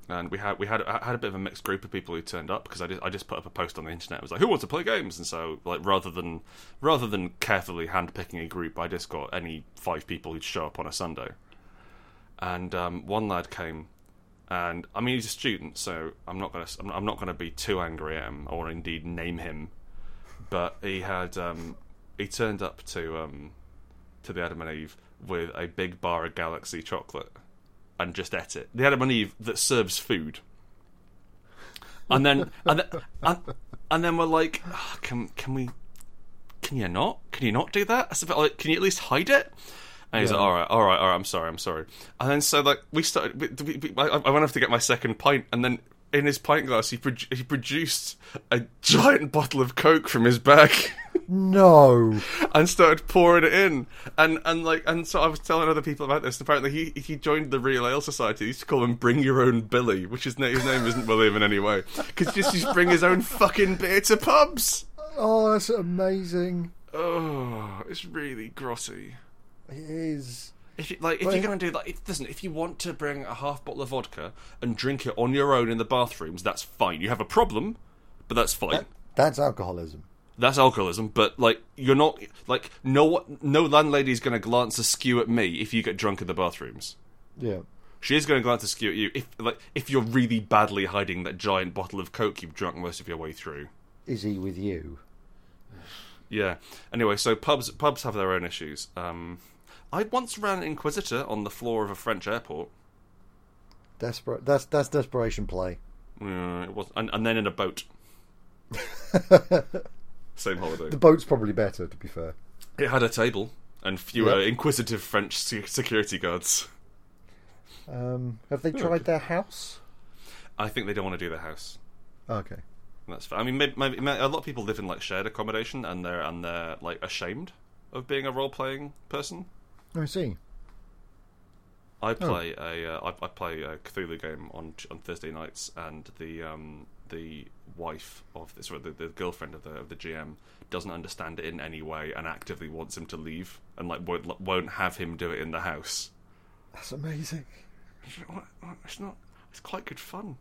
and we had we had I had a bit of a mixed group of people who turned up because I just I just put up a post on the internet. It was like, who wants to play games? And so like rather than rather than carefully handpicking a group, I just got any five people who'd show up on a Sunday. And um, one lad came and I mean he's a student, so I'm not gonna I'm, I'm not gonna be too angry at him or indeed name him, but he had um, he turned up to um, to the Adam and Eve with a big bar of Galaxy chocolate and just ate it. The Adam and Eve that serves food. and then and, th- and, and then we're like, "Ah, can can we? Can you not? Can you not do that? It's a bit like, can you at least hide it? And he's like, all right, all right, all right. I'm sorry, I'm sorry. And then so like we started. We, we, we, I, I went off to get my second pint, and then in his pint glass, he produ- he produced a giant bottle of Coke from his bag. (laughs)
No.
and started pouring it in. And and like and so I was telling other people about this. Apparently he he joined the Real Ale Society. They used to call him Bring Your Own Billy, which his name, his name isn't William in any way, because just used to bring his own fucking beer to pubs.
Oh, that's amazing.
Oh, it's really grotty.
It is.
If you, like, if
Well,
you're going to do that, it doesn't. If you want to bring a half bottle of vodka and drink it on your own in the bathrooms, that's fine. You have a problem, but that's fine.
That's alcoholism.
that's alcoholism, but like you're not like no no landlady's going to glance askew at me if you get drunk in the bathrooms.
Yeah.
She is going to glance askew at you if like if you're really badly hiding that giant bottle of coke you've drunk most of your way through.
Is he with you?
Yeah. Anyway, so pubs pubs have their own issues. Um, I once ran an inquisitor on the floor of a French airport.
Desperate. That's that's desperation play.
Yeah, Uh, it was, and, and then in a boat. Same holiday.
The boat's probably better, to be fair.
It had a table and fewer
Yep.
inquisitive French se- security guards.
Um, have they tried their house?
I think they don't want to do the house.
Ah, Okay.
That's fair. I mean, maybe, maybe, a lot of people live in like shared accommodation, and they're and they're like ashamed of being a role playing person.
I see.
I play a uh, I, I play a Cthulhu game on on Thursday nights, and the um the wife of this or the, the girlfriend of the of the GM doesn't understand it in any way, and actively wants him to leave, and like won't won't have him do it in the house.
That's amazing.
It's not. It's quite good fun.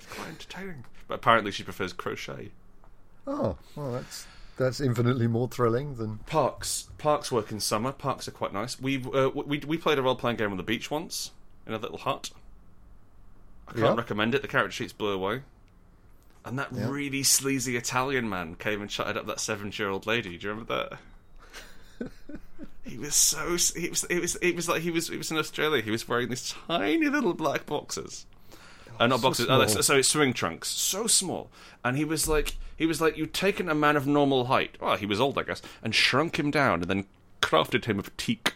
It's quite entertaining. But apparently, she prefers crochet.
Oh, well, that's that's infinitely more thrilling than
Parks. Parks work in summer. Parks are quite nice. We uh, we we played a role playing game on the beach once in a little hut. I can't
Yeah.
recommend it. The character sheets blew away. And that really sleazy Italian man came and shutted up that seven-year-old lady. Do you remember that? he was so. s- He was. It was. It was like he was. It was in Australia. He was wearing these tiny little black boxes. Uh, not
so
boxes. oh,
small.
so, so it's swimming trunks, so small. And he was like, he was like, you'd taken a man of normal height. Well, he was old, I guess, and shrunk him down, and then crafted him of teak.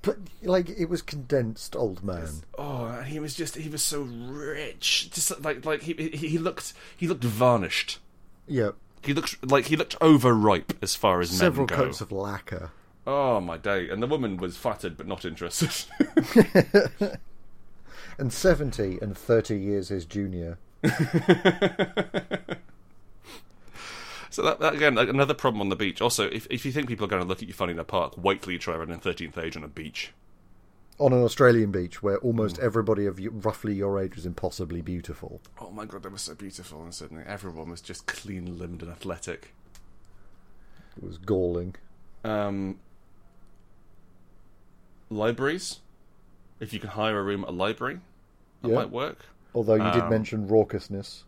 but like it was condensed old man.
Oh, and he was just, he was so rich, just like, like he, he he looked, he looked varnished.
Yeah,
He looked like he looked overripe as far as
several
men go.
coats of lacquer.
oh my day! And the woman was flattered but not interested. (laughs)
And 70 and 30 years his junior.
So that, that again, like, another problem on the beach. Also, if, if you think people are going to look at you funny in a park, wait till you try running thirteenth age on a beach.
On an Australian beach where almost everybody of y- roughly your age was impossibly beautiful.
Oh my god, they were so beautiful in Sydney. Everyone was just clean limbed and athletic.
It was galling.
Um, libraries, if you can hire a room at a library, that
Yeah.
might work.
Although you did mention raucousness.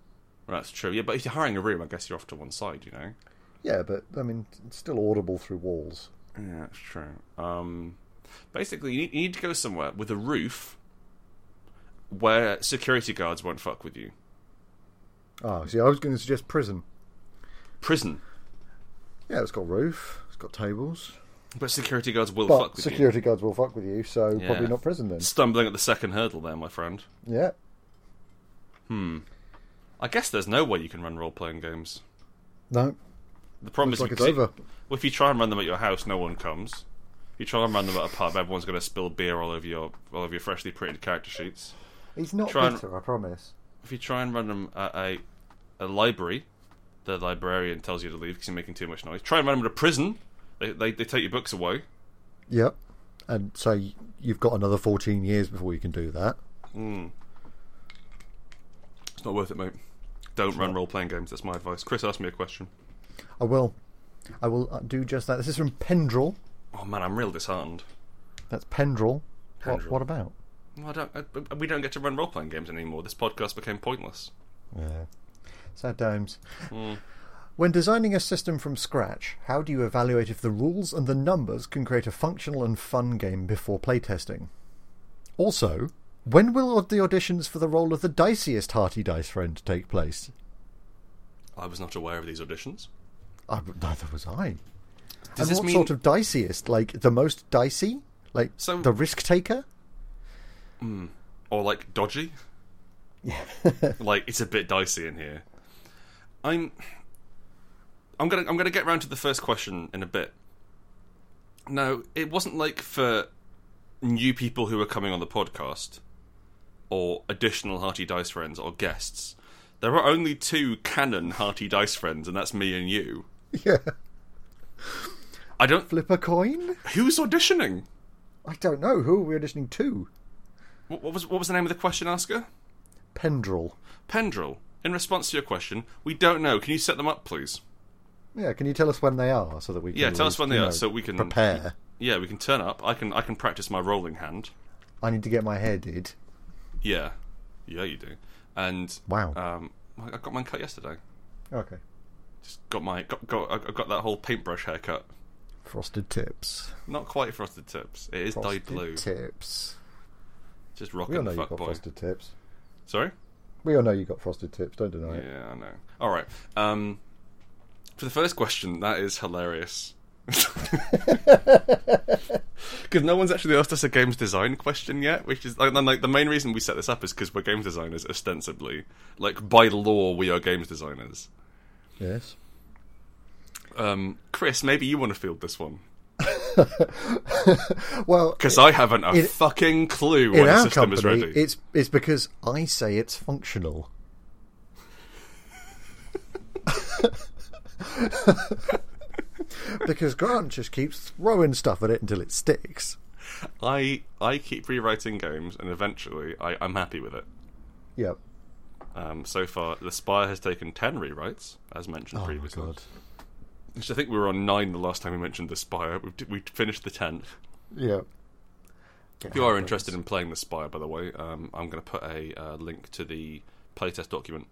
Well, that's true. Yeah, but if you're hiring a room, I guess you're off to one side, you know.
Yeah, but I mean, it's still audible through walls.
Yeah, that's true. Um, basically, you need, you need to go somewhere with a roof where security guards won't fuck with you.
Ah, see, I was going to suggest prison.
Prison,
Yeah, it's got a roof, it's got tables.
but security guards will fuck
But
with
security guards will fuck with you, so probably not prison then.
you. Stumbling at the second hurdle, there, my friend.
Yeah.
I guess there's no way you can run role-playing games.
No,
The problem
it's
is
like
you
it's
see-
over.
Well, if you try and run them at your house, no one comes. If you try and run them at a pub, everyone's going to spill beer all over your all over your freshly printed character sheets.
He's not
Try and-
bitter, I promise.
If you try and run them at a a library, the librarian tells you to leave because you're making too much noise. Try and run them at a prison. They, they, they take your books away.
Yep. And so y- you've got another 14 years before you can do that.
It's not worth it, mate. Don't run role playing games. That's my advice. Chris asked me a question.
I will. I will uh, do just that. This is from Pendrel.
Oh man, I'm real disheartened.
That's Pendrel. What,
Pendrel.
what about?
Well, I don't, I, we don't get to run role playing games anymore. This podcast became pointless.
Yeah. Sad times.
Hmm.
When designing a system from scratch, how do you evaluate if the rules and the numbers can create a functional and fun game before playtesting? Also, When will the auditions for the role of the diciest Hearty Dice Friend take place?
I was not aware of these auditions.
I, neither was I.
Does
and
this
what
mean
sort of diciest? Like the most dicey? Like
So-
the risk taker? (laughs)
or like dodgy? like it's a bit dicey in here. I'm I'm gonna I'm gonna get round to the first question in a bit. No, it wasn't like for new people who are coming on the podcast or additional Hearty Dice friends or guests. There are only two canon Hearty Dice friends, and that's me and you.
Yeah.
I don't.
Flip a coin?
Who's auditioning?
I don't know. Who are we auditioning to?
What, what was what was the name of the question asker?
Pendrell.
Pendrell. In response to your question, we don't know. Can you set them up, please?
Yeah, can you tell us when they are so that we can
Yeah, tell us
always,
when they
you
are
know,
so we can
prepare.
Yeah, we can turn up. I can I can practice my rolling hand.
I need to get my hair did.
Yeah, yeah, you do. And
Wow.
um, I I got mine cut yesterday.
Okay.
Just got my got, got I got that whole paintbrush haircut.
Frosted tips.
Not quite frosted tips. It is
Frosted
dyed blue.
tips.
Just
We all
rocking
know
the
you've
fuck
got
boy.
frosted tips.
Sorry.
We all know you got frosted tips. Don't deny it.
Yeah, I know. All right. Um, for the first question, that is hilarious. (laughs) Because no one's actually asked us a games design question yet, which is like, like the main reason we set this up is because we're games designers ostensibly. Like by law, we are games designers.
Yes.
Um, Chris, maybe you want to field this one
Well,
because I haven't a
In-
fucking clue
in
when a
our
system is
company,
ready.
it's it's because I say it's functional. (laughs) because Grant just keeps throwing stuff at it until it sticks.
I I keep rewriting games, and eventually I, I'm happy with it.
Yep.
Um, so far, the Spire has taken ten rewrites, as mentioned
Oh my
previously.
god.
Which I think we were on nine the last time we mentioned the Spire. We we finished the tenth.
Yep.
If
Oh,
you are interested in playing the Spire, by the way, um, I'm going to put a uh, link to the playtest document,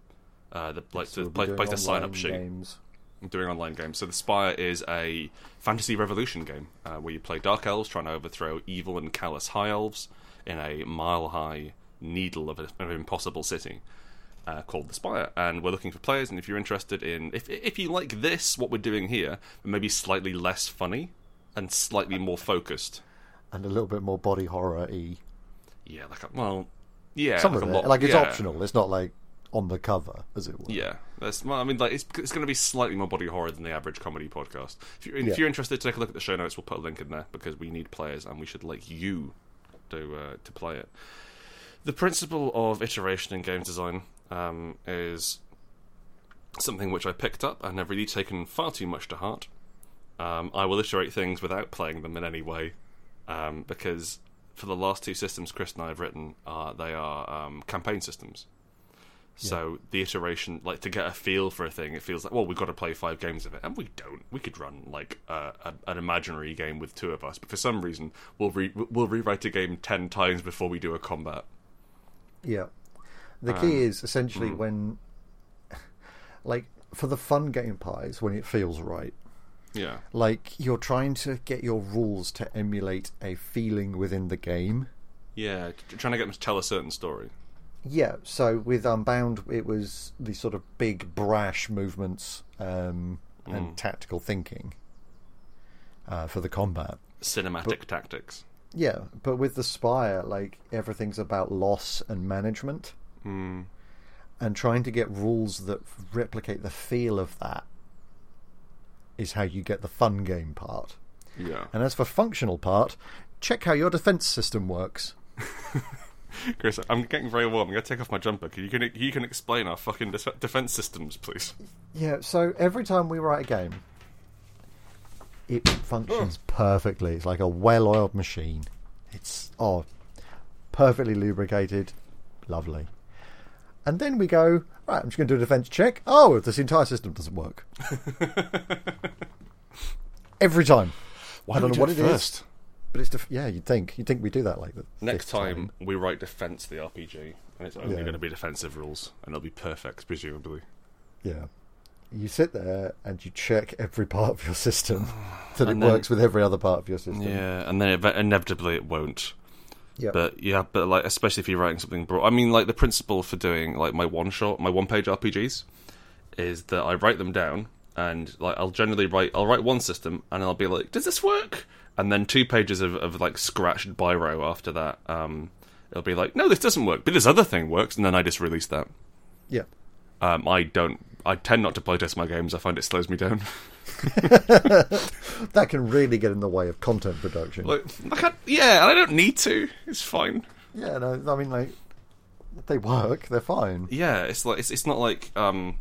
uh, the like to the play, playtest sign up sheet.
Games.
I'm doing online games. So the Spire is a fantasy revolution game uh, where you play dark elves trying to overthrow evil and callous high elves in a mile high needle of, a, of an impossible city uh, called the Spire. And we're looking for players. And if you're interested in if if you like this, what we're doing here, but maybe slightly less funny and slightly more focused.
And a little bit more body horror y.
Yeah, like a, well, yeah,
Some
like
of
a
it.
lot-
like it's
yeah.
optional. It's not like on the cover, as it were.
Yeah, that's. Well, I mean, like it's, it's going to be slightly more body horror than the average comedy podcast. If you're,
Yeah.
if you're interested, take a look at the show notes. We'll put a link in there because we need players, and we should like you to uh, to play it. The principle of iteration in game design um, is something which I picked up and have really taken far too much to heart. Um, I will iterate things without playing them in any way um, because for the last two systems Chris and I have written, uh, they are um, campaign systems. So the iteration, like to get a feel for a thing, it feels like well we've got to play five games of it, and we don't. We could run like a, a, an imaginary game with two of us, but for some reason we'll re- we'll rewrite a game ten times before we do a combat.
Yeah. The key is essentially
hmm.
when, (laughs) like, for the fun game pies, when it feels right.
Yeah,
Like, you're trying to get your rules to emulate a feeling within the game.
yeah, t- trying to get them to tell a certain story.
Yeah, so with Unbound, it was the sort of big, brash movements um, and tactical thinking uh, for the combat.
Cinematic tactics.
Yeah, but with the Spire, like everything's about loss and management, and trying to get rules that replicate the feel of that is how you get the fun game part.
Yeah,
And as for functional part, check how your defense system works.
Chris, I'm getting very warm. I'm gonna take off my jumper. Can you can you can explain our fucking def- defense systems, please?
Yeah, so every time we write a game, it functions perfectly. It's like a well oiled machine. It's, oh, perfectly lubricated. Lovely. And then we go, right, I'm just going to do a defense check. Oh, this entire system doesn't (laughs) work. every time.
Why
don't know what it is. But it's, def- yeah, you'd think. You'd think we do that like the
Next
fifth
time, we write defense the RPG, and it's only
Yeah.
going to be defensive rules, and it'll be perfect, presumably.
Yeah. You sit there and you check every part of
(sighs)
your system that it
And then-
works with every other part of your system.
Yeah, and then inevitably it won't.
Yeah.
But yeah, but like especially if you're writing something broad. I mean, like the principle for doing like my one shot, my one page RPGs, is that I write them down and like I'll generally write I'll write one system and I'll be like, does this work? And then two pages of, of like scratched biro after that. Um, it'll be like, no, this doesn't work, but this other thing works, and then I just release that.
yeah.
Um, I don't. I tend not to playtest my games. I find it slows me down. (laughs)
That can really get in the way of content production.
like, I can't, yeah, and I don't need to. It's fine.
yeah, no, I mean, like, they work, they're fine.
Yeah, it's like it's, it's not like um,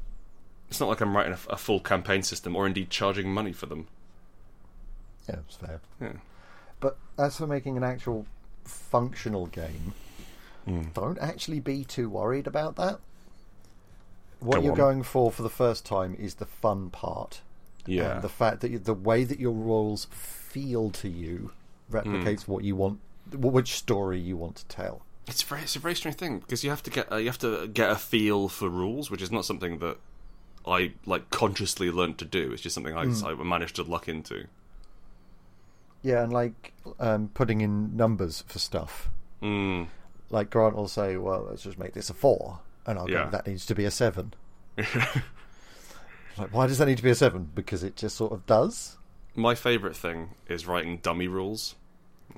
it's not like I'm writing a, a full campaign system or indeed charging money for them.
Yeah, it's fair.
Yeah.
But as for making an actual functional game,
Hmm.
don't actually be too worried about that. What
Go
you're
on.
going for for the first time is the fun part.
Yeah.
And the fact that you, the way that your roles feel to you
Mm.
replicates what you want, wh- which story you want to tell.
It's very, it's a very strange thing because you have to get uh, you have to get a feel for rules, which is not something that I like consciously learnt to do. It's just something
Hmm.
I, I managed to luck into.
Yeah, and like um, putting in numbers for stuff.
Mm.
Like Grant will say, "Well, let's just make this a four, and I'll
Yeah.
go, "That needs to be
(laughs)
a seven. Like, why does that need to be a seven? Because it just sort of does.
My favorite thing is writing dummy rules.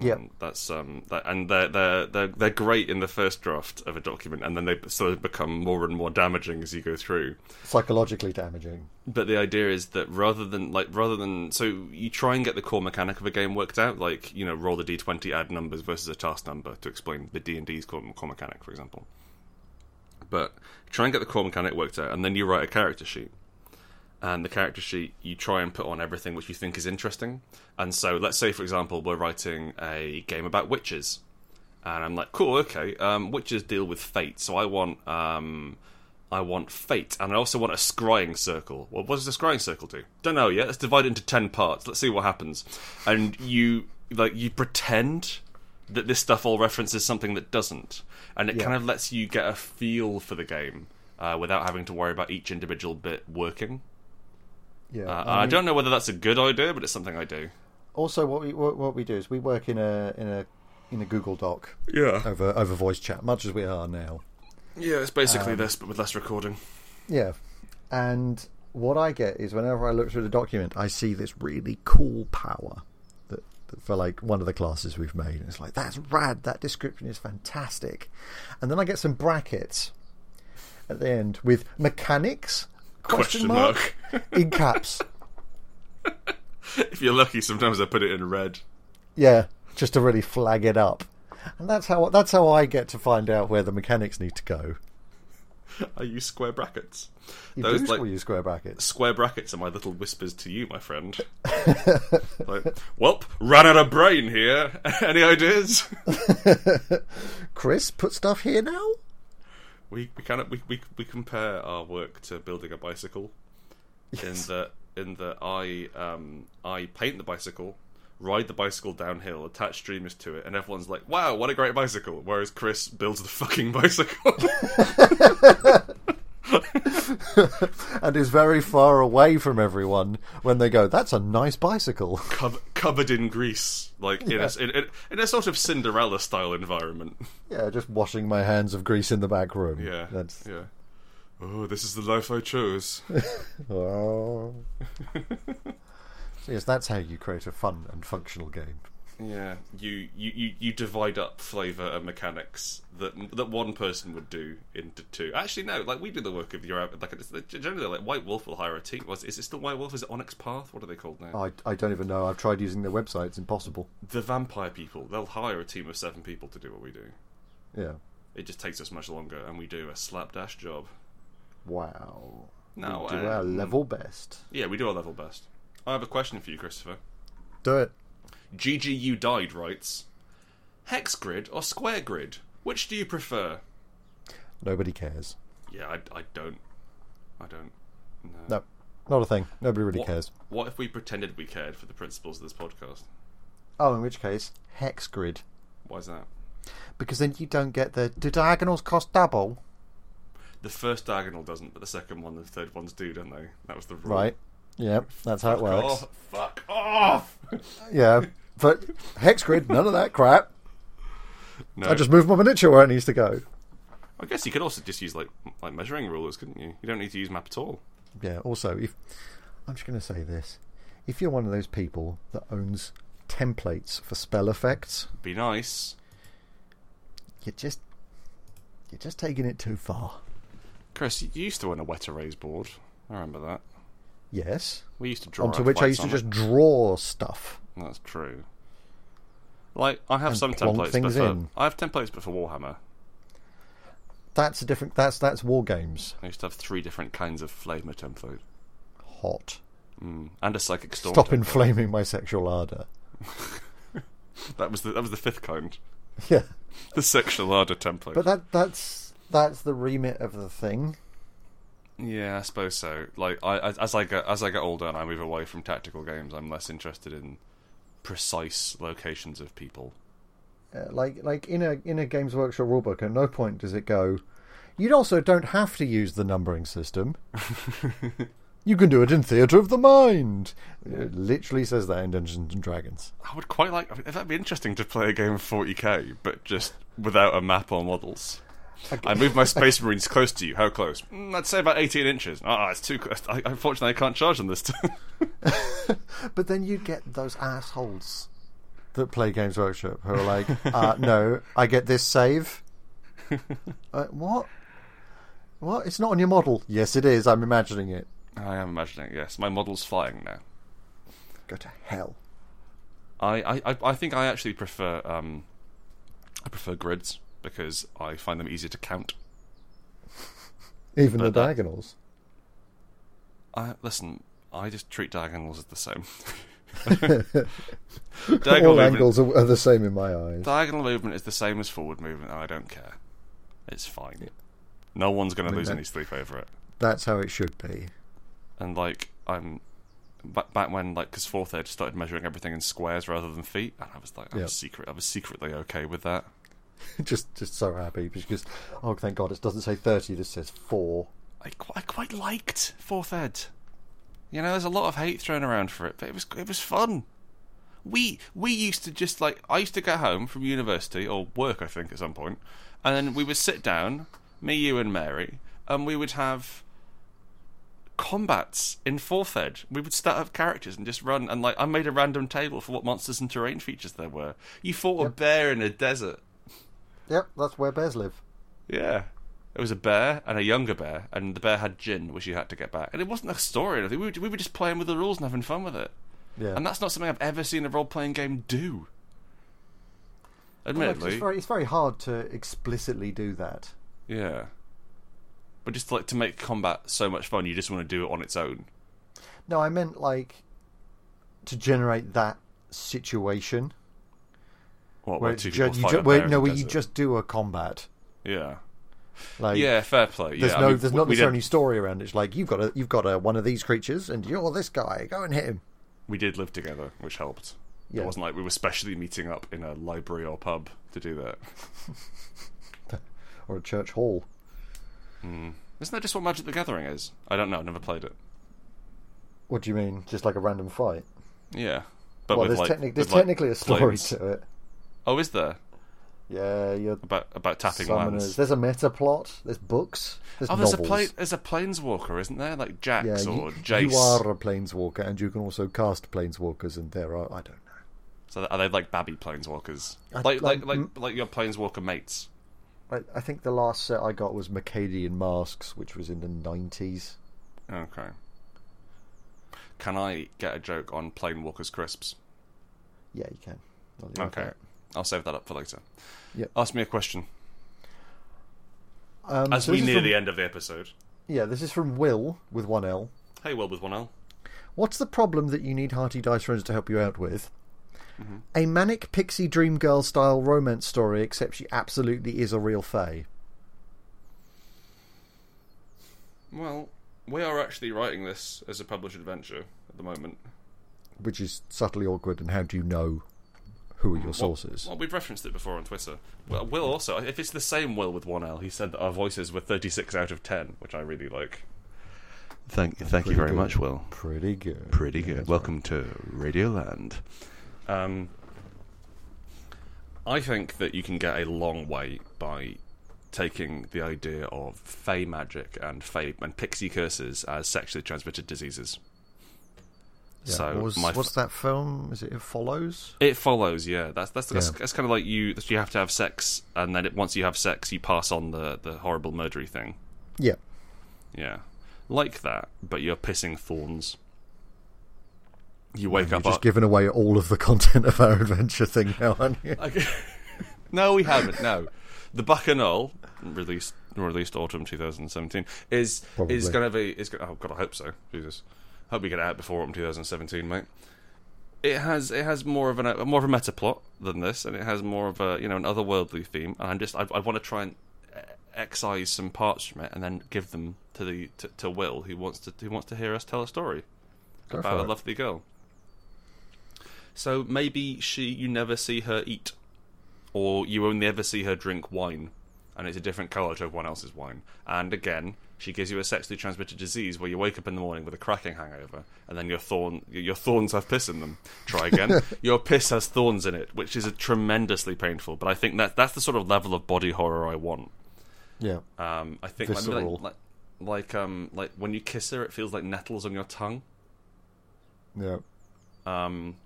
Yeah,
Um, that's um, that, and they're they're they're they're great in the first draft of a document, and then they sort of become more and more damaging as you go through.
psychologically damaging.
but the idea is that rather than like rather than so you try and get the core mechanic of a game worked out like you know roll the d20 add numbers versus a task number to explain the d&d's core, core mechanic for example but try and get the core mechanic worked out and then you write a character sheet and the character sheet you try and put on everything which you think is interesting and so let's say for example we're writing a game about witches and i'm like cool okay um, witches deal with fate so i want um, I want fate, and I also want a scrying circle. Well, what does a scrying circle do? Don't know yet. Let's divide it into ten parts. Let's see what happens. And you like you pretend that this stuff all references something that doesn't, and it
Yeah.
kind of lets you get a feel for the game uh, without having to worry about each individual bit working.
Yeah,
Uh,
and
I
we-
don't know whether that's a good idea, but it's something I do.
Also, what we what, what we do is we work in a in a in a Google Doc
Yeah,
over over voice chat, much as we are now.
yeah. It's basically
Um,
this, but with less recording.
Yeah, and what I get is whenever I look through the document, I see this really cool power that, that for like one of the classes we've made. And it's like that's rad. That description is fantastic, and then I get some brackets at the end with mechanics
Question
question, mark, in caps.
(laughs) If you're lucky, sometimes I put it in red.
Yeah, just to really flag it up. And that's how that's how I get to find out where the mechanics need to go.
I use square brackets.
You
Those,
do
like-
still use square brackets.
square brackets are my little whispers to you, my friend. (laughs) like, Welp, ran out of brain here. (laughs) Any ideas? (laughs)
Chris, put stuff here now.
we we kind of we, we we compare our work to building a bicycle. In that in that I um I paint the bicycle, ride the bicycle downhill, attach streamers to it, and everyone's like, "Wow, what a great bicycle!" Whereas Chris builds the fucking (laughs) bicycle.
(laughs) And is very far away from everyone when they go. That's a nice bicycle. (laughs)
cover, covered in grease, like in, a, in, in, in a sort of Cinderella style environment. (laughs)
yeah, just washing my hands of grease in the back room.
Yeah,
that's
yeah. Oh, this is the life I
(laughs)
chose.
oh.
(laughs)
So yes, that's how you create a fun and functional game.
yeah, you, you, you, you divide up flavor and mechanics that that one person would do into two. Actually, no, like we do the work of your like it's- generally like White Wolf will hire a team. Was is it still White Wolf? Is it Onyx Path? What are they called now?
I, I don't even know. I've tried using their website. It's impossible.
the Vampire People. They'll hire a team of seven people to do what we do.
Yeah.
It just takes us much longer, and we do a slapdash job.
Wow.
No,
Do our
um,
level best.
yeah, we do our level best. I have a question for you, Christopher.
Do it.
GGU died writes, hex grid or square grid? Which do you prefer?
Nobody cares.
Yeah, I, I don't, I don't.
No, not a thing. Nobody really
What,
cares.
What if we pretended we cared for the principles of this podcast?
Oh, in which case, hex grid,
Why is that?
because then you don't get the do diagonals cost double,
The first diagonal doesn't, but the second one and the third ones do, don't they? That was the rule.
right? Yep, that's how it works.
Oh, fuck off!
Yeah, but hex grid, none of that crap.
No.
I just move my miniature where it needs to go.
I guess you could also just use like like measuring rulers, couldn't you? You don't need to use map at all.
Yeah. Also, if I'm just going to say this, if you're one of those people that owns templates for spell effects,
Be nice.
you're just you're just taking it too far.
Chris, you used to own a wet arrays board. I remember that.
Yes.
We used to draw.
Onto
our
which I
flags
used to
on
just
it.
draw stuff.
That's true. Like I have
And
some templates,
plonk
but
things
for,
in.
I have templates, but for Warhammer,
That's a different. That's that's war games.
I used to have three different kinds of flame template
Hot.
mm. and a psychic storm.
Stop
template.
inflaming my sexual ardor.
That was the that was the fifth kind,
(laughs) Yeah,
the sexual ardor template.
but that that's that's the remit of the thing.
Yeah, I suppose so. Like I, as- as I get as I get older and I move away from tactical games, I'm less interested in precise locations of people.
Uh, like like in a in a Games Workshop rulebook, at no point does it go. You also don't have to use the
(laughs)
numbering system. you can do it in Theatre of the Mind. It literally says that in Dungeons and Dragons. (laughs)
I would quite like. I mean, that'd be interesting to play a game of 40k, but just without a map or models.
Okay.
I
(laughs)
move my space marines close to you. How close? Mm, I'd say about 18 inches. Ah, it's too close. I, unfortunately, I can't charge them this (laughs) time.
But then you get those assholes that play Games Workshop who
(laughs)
are like, uh, "No, I get this save." Uh, what? What? It's not on your model. Yes, it is. I'm imagining it.
I am imagining. Yes, my model's flying now.
Go to hell.
I, I, I- I think I actually prefer um, I prefer grids because I find them easier to count.
Even the
But that-
diagonals.
I listen. I just treat diagonals as the
(laughs)
same. (laughs)
All
diagonal movement,
angles are, are the same in my eyes.
diagonal movement is the same as forward movement, and I don't care. It's fine. No one's going to lose
that-
any sleep over it.
That's how it should be. (laughs)
And like I'm back, back when like because fourth ed started measuring everything in squares rather than feet, and I was like, I
Yeah.
was secret, I was secretly okay with that.
just, just so happy because, oh, thank God, it doesn't say thirty. This says four.
I quite, I quite liked fourth ed. You know, there's a lot of hate thrown around for it, but it was it was fun. We we used to just like I used to get home from university or work, I think, at some point, and then we would sit down, me, you, and Mary, and we would have combats in fourth ed. We would start up characters and just run and like I made a random table for what monsters and terrain features there were. You fought a bear in a desert.
Yep, that's where bears live.
Yeah. It was a bear and a younger bear, and the bear had gin, which you had to get back. And it wasn't a story or anything. We were, we were just playing with the rules and having fun with it.
Yeah,
And that's not something I've ever seen a role playing game do.
Well,
Admittedly.
it's very, it's very hard to explicitly do that.
Yeah. But just like to make combat so much fun, you just want to do it on its own.
No, I meant like to generate that situation
What,
where
where
it's
two
ju-
people
you
fight a
ju-
bear
where,
in
no,
the
where you
desert.
just do a combat.
Yeah.
Like,
Yeah, fair play.
there's
yeah, I
no,
mean,
there's
we-
not
we
necessarily
did,
story around it. It's like you've got a, you've got a one of these creatures, and you're this guy. Go and hit him.
we did live together, which helped.
Yeah.
It wasn't like we were specially meeting up in a library or pub to do that.
or a church hall.
Isn't that just what Magic the Gathering is? I don't know. I've never played it.
What do you mean? Just like a random fight?
Yeah, but
Well,
with
there's,
like,
technic- there's
with, like,
technically a story
flames.
to it.
(laughs) Oh, is there
Yeah, you're
about about tapping
summoners.
lands?
There's a meta plot. There's books. There's
Oh, there's
novels.
a plane. There's a planeswalker, isn't there? Like Jax
yeah,
or
you,
Jace.
you are a planeswalker, and you can also cast planeswalkers. And there are I don't know.
So are they like babby planeswalkers?
I-
Like like
like,
like,
mm.
like your planeswalker mates.
I, I think the last set I got was Mercadian Masks, which was in the 90s.
Okay. Can I get a joke on planewalkers crisps?
Yeah, you can. I'll leave it at
Okay,
that.
I'll save that up for later.
Yep.
Ask me a question
Um,
as
so
we
this is
near
from,
the end of the episode.
Yeah, this is from Will with one L.
Hey, Will with one L.
What's the problem that you need Hearty Dice Friends to help you out with?
Mm-hmm.
A manic pixie dream girl style romance story, except she absolutely is a real fae.
Well, we are actually writing this as a published adventure at the moment.
which is subtly awkward. And how do you know who are your sources?
Well, we've referenced it before on Twitter. Well, Will also, if it's the same Will with one L, he said that our voices were 36 out of 10, which I really like. Thank, thank you very
good.
much, Will.
Pretty good.
Pretty good. Welcome to Radio Land. Um, I think that you can get a long way by taking the idea of fey magic and fey and pixie curses as sexually transmitted diseases.
Yeah.
So
What was-
my f-
what's that film? Is it It Follows?
It follows, yeah. That's that's that's,
Yeah.
that's kind of like you that you have to have sex, and then it, once you have sex, you pass on the the horrible murdery thing.
Yeah.
Yeah, like that, but you're pissing thorns. You wake
You've
up.
just
Just
given away all of the content of our (laughs) adventure thing now, aren't you?
(laughs) no, we haven't. No, the Bacchanal released released autumn 2017 is is
Probably.
going to be is going. Oh God, I hope so. Jesus, hope we get it out before autumn 2017, mate. It has it has more of an uh, more of a meta plot than this, and it has more of a you know an otherworldly theme. And I'm just I, I want to try and uh, excise some parts from it, and then give them to the to, to Will, who wants to who wants to hear us tell a story
Go
about
for
a
it.
lovely girl. So maybe she you never see her eat, or you only ever see her drink wine, and it's a different colour to everyone else's wine. And again, she gives you a sexually transmitted disease where you wake up in the morning with a cracking hangover, and then your thorn your thorns have piss in them. Try
(laughs)
again, your piss has thorns in it, which is a tremendously painful. But I think that that's the sort of level of body horror I want.
Yeah.
Um, I think like,
Visceral.
like, like like um like when you kiss her, it feels like nettles on your tongue.
Yeah.
um,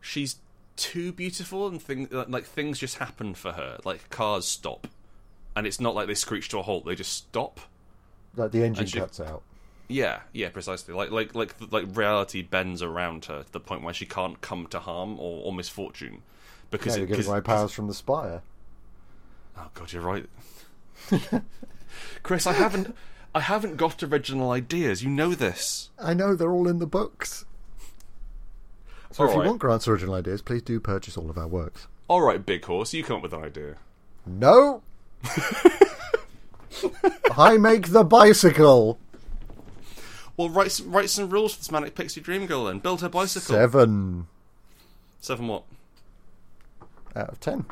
she's too beautiful and things like, like things just happen for her like cars stop and it's not like they screech to a halt they just stop
Like the engine
And she-
cuts out.
yeah yeah precisely like like like like reality bends around her to the point where she can't come to harm or, or misfortune
Now
because
you're
it, 'cause-
getting my powers from the spire.
oh god you're right (laughs) chris i haven't i haven't got original ideas you know this
I know, they're all in the books. So if
All
you
right.
want Grant's original ideas, please do purchase all of our works.
all right big horse you come up with an idea (laughs)
No! I make the bicycle!
well write some, write some rules for this manic pixie dream girl then build her bicycle
Seven
Seven what?
out of ten.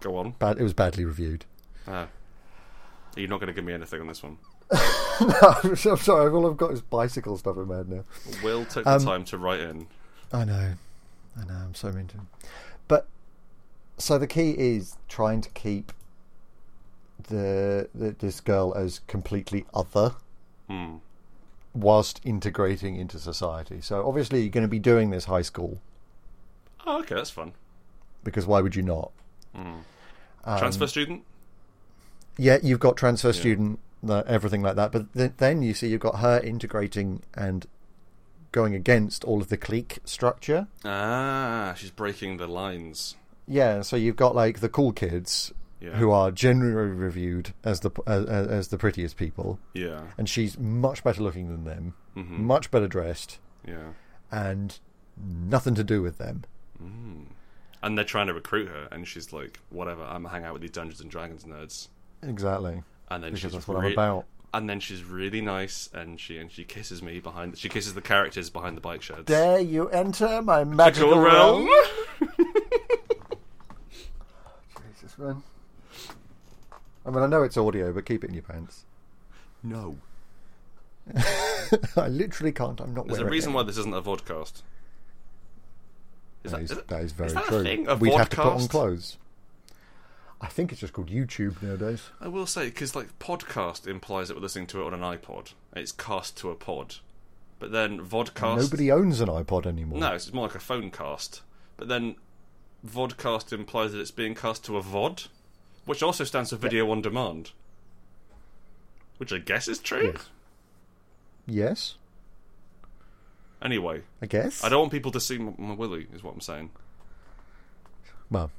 Go on.
Bad, it was badly reviewed.
Ah. You're not going to give me anything on this one.
(laughs) I'm sorry, all I've got is bicycle stuff in my head now.
Will took
Um,
the time to write in.
I know, I know. I'm so mean to him. But so the key is trying to keep the, the this girl as completely other,
Hmm.
whilst integrating into society. So obviously, you're going to be doing this high school
Oh, okay, that's fun.
because why would you not? um,
Transfer student?
Yeah, you've got transfer student, the- everything like that. But th- then you see you've got her integrating and going against all of the clique structure.
Ah, she's breaking the lines.
Yeah, so you've got like the cool kids
Yeah.
who are generally reviewed as the as, as the prettiest people,
Yeah,
and she's much better looking than them,
Mm-hmm.
much better dressed,
yeah.
and nothing to do with them.
And they're trying to recruit her, and she's like, whatever, I'm going to hang out with these Dungeons and Dragons nerds.
Exactly,
And then
because
she's
that's what I'm
re-
about.
And then she's really nice, and she and she kisses me behind. She kisses the characters behind the bike sheds.
Dare you enter my
Magical
magical
realm.
realm? Jesus, man. I mean, I know it's audio, but keep it in your pants. (laughs)
No,
I literally can't. I'm not.
there's a
wearing
reason
it.
why this isn't a vodcast. Is
That is,
it-
that is very
that a
true.
thing? A
We'd have to put on
vodcast?
clothes. I think it's just called YouTube nowadays.
I will say because like podcast implies that we're listening to it on an iPod. It's cast to a pod, but then vodcast.
Nobody owns an iPod anymore.
No, it's more like a phone cast. But then vodcast implies that it's being cast to a vod, which also stands for video on demand, which I guess is true.
Yes. Yes,
Anyway,
I guess.
I don't want people to see my, my willy. Is what I'm saying.
Well,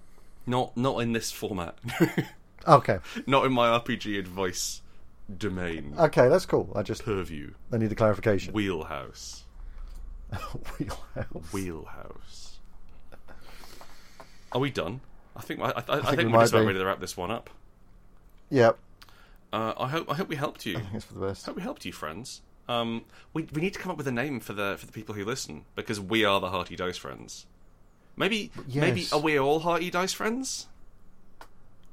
Not not in this format. (laughs)
okay,
not in my RPG advice domain
okay, that's cool. I just
purview
I need the clarification. (laughs)
wheelhouse
Wheelhouse.
wheelhouse. Are we done? I think I, I, I, think,
we
we
might
just about
be.
ready to wrap this one up.
Yep,
Uh, I hope I hope we helped you.
that's for the best.
hope we helped you, friends. Um, we we need to come up with a name for the for the people who listen because we are the Hearty Dice friends. Maybe maybe
yes.
are we all Hearty Dice friends?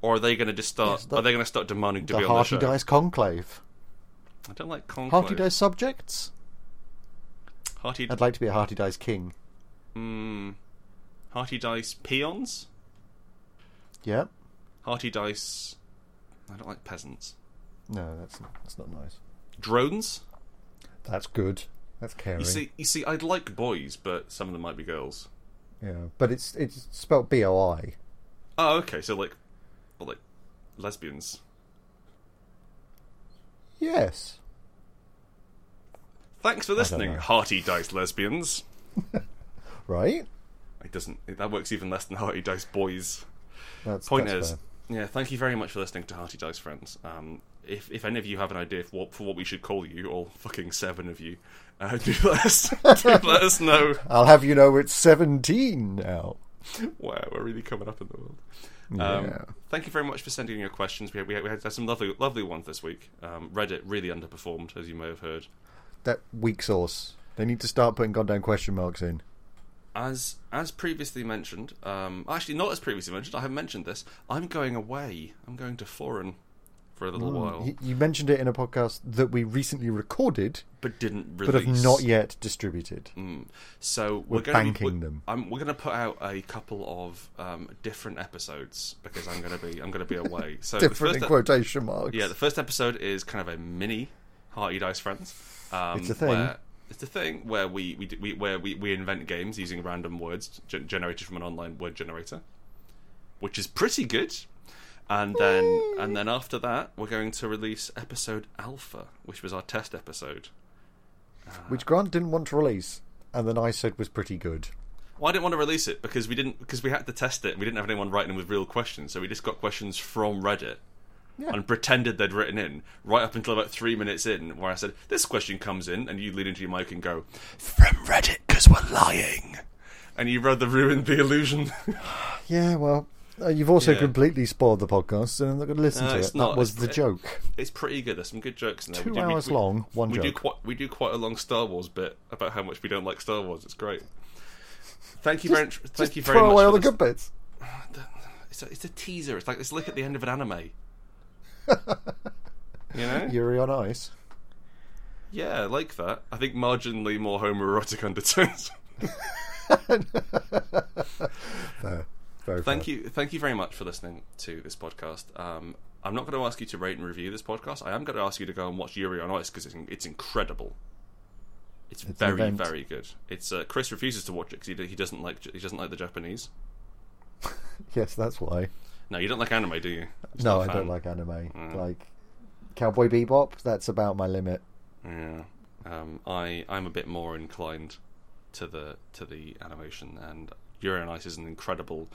Or are they going to just start?
Yes, the-
are they going to start demanding to
The
be on the show?
Hearty Dice Conclave.
I don't like conclave.
Hearty Dice subjects.
Hearty,
I'd like to be a Hearty Dice King.
mm, Hearty Dice peons,
Yeah.
Hearty Dice. I don't like peasants.
No, that's not, that's not nice.
Drones.
That's good. That's caring.
You see, you see, I'd like boys, but some of them might be girls.
Yeah, but it's it's spelled B O I.
Oh, okay. So like, well, like lesbians.
Yes.
Thanks for listening,
know.
hearty dice lesbians.
Right.
It doesn't. It, that works even less than hearty dice boys.
That's
Point
that's
is,
fair.
yeah. Thank you very much for listening to Hearty Dice Friends. Um, if if any of you have an idea for what for what we should call you, all fucking seven of you, uh, (laughs) do let us do let us know.
I'll have you know it's seventeen now.
Wow, we're really coming up in the world.
Yeah.
Um, thank you very much for sending in your questions. We had, we had, we had some lovely lovely ones this week. Um, Reddit really underperformed, as you may have heard.
That weak sauce. They need to start putting goddamn question marks in.
As as previously mentioned, um, actually not as previously mentioned, I haven't mentioned this. I'm going away. I'm going to foreign for a little while,
You, you mentioned it in a podcast that we recently recorded,
but didn't
but
release.
have not yet distributed.
Mm. So we're,
We're
going
banking
to be, we-
them.
I'm, we're going to put out a couple of um, different episodes because I'm going to be I'm going to be away. So the
Different in
first e-
quotation marks.
yeah, the first episode is kind of a mini Hearty Dice Friends. Um,
It's a thing.
Where, it's a thing where we we, d- we where we, we invent games using random words gen- generated from an online word generator, which is pretty good. And then and then after that, we're going to release episode Alpha, which was our test episode.
which Grant didn't want to release, and then I said was pretty good.
Well, I didn't want to release it because we didn't because we had to test it. We didn't have anyone writing in with real questions, so we just got questions from Reddit
Yeah.
and pretended they'd written in right up until about three minutes in, where I said, "This question comes in," and you lean into your mic and go, "From Reddit, because we're lying," and you read the ruined the illusion. (laughs)
Yeah, well, uh, you've also
Yeah.
completely spoiled the podcast, and I'm not going to listen
No,
to
it's
it.
not.
that was
It's-
the
it-
joke.
it's pretty good. There's some good jokes in there.
Two
do-
hours long, one
we do
joke.
quite we do quite a long Star Wars bit about how much we don't like Star Wars. It's great. Thank you very much. Thank
Just
you very
throw
much.
away
for
all the
this-
good bits.
It's a, it's a teaser. It's like it's like at the end of an (laughs) anime. you know?
Yuri on Ice. (laughs)
Yeah, I like that. I think marginally more homoerotic (laughs) undertones.
Fair. Very
thank you, thank you very much for listening to this podcast. Um, I'm not going to ask you to rate and review this podcast. I am going to ask you to go and watch Yuri on Ice because it's it's incredible. It's,
an
very
event.
very good. It's uh, Chris refuses to watch it because he, d- he doesn't like he doesn't like the Japanese.
Yes, that's why.
No, you don't like anime, do you? Just
no,
not a
I
fan. Mm.
don't like anime. Like Cowboy Bebop, that's about my limit.
Yeah, um, I I'm a bit more inclined to the to the animation, and Yuri on Ice is an incredible,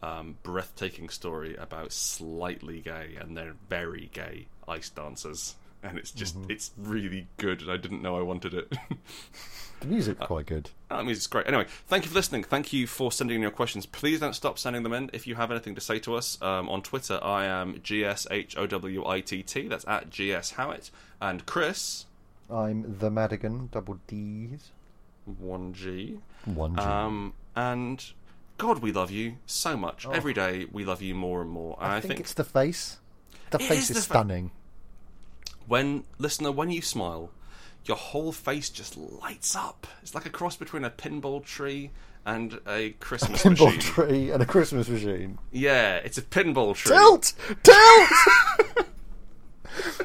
um, breathtaking story about slightly gay and then very gay ice dancers, and it's just it's really good, and I didn't know I wanted it. (laughs)
The
Uh,
music's quite good.
That means it's great. Anyway, thank you for listening. Thank you for sending in your questions. Please don't stop sending them in. If you have anything to say to us um, on Twitter, I am G S H O W I T T. That's at G S Howitt. And Chris,
I'm the Madigan, double D's.
one G.
One G.
Um, and God, we love you so much. Every day we love you more and more. And I,
Oh. I think,
think,
it's the face. The
It
face
is
is,
the fa- (laughs)
stunning.
when listener, when you smile, your whole face just lights up. It's like a cross between a pinball tree and a Christmas
Pinball
machine.
tree and a Christmas machine.
Yeah, it's a pinball tree.
Tilt! Tilt!
(laughs)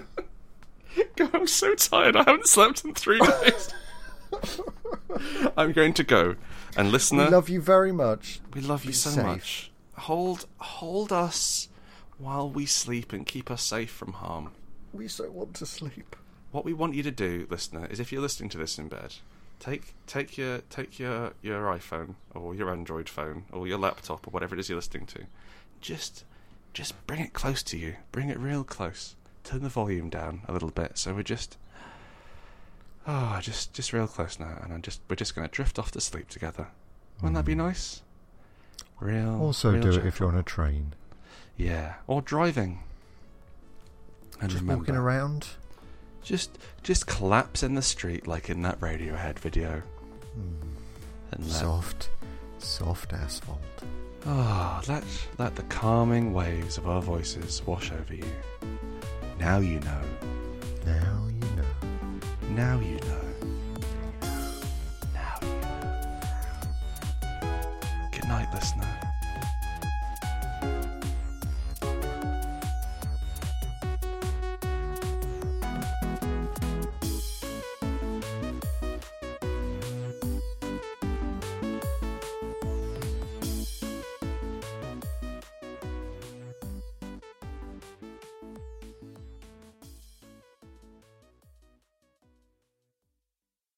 God, I'm so tired. I haven't slept in three
(laughs)
days. I'm going to go. And listener,
I love you very much.
We love you so
safe.
much. Hold hold us while we sleep and keep us safe from harm.
We so want to sleep.
What we want you to do, listener, is if you're listening to this in bed, take take your take your your iPhone or your Android phone or your laptop or whatever it is you're listening to. Just just bring it close to you. Bring it real close. Turn the volume down a little bit so we're just Oh, just just real close now and I'm just we're just gonna drift off to sleep together. Wouldn't that be nice? Real
Hmm. Also,
real
do it
gentle.
if you're on a train.
Yeah, or driving. And
Just
remember,
walking around.
just just collapse in the street like in that Radiohead video. And let,
Soft, soft asphalt.
Ah, let let the calming waves of our voices wash over you. Now you know.
Now you know.
Now you know. Now you know. Good night, listener.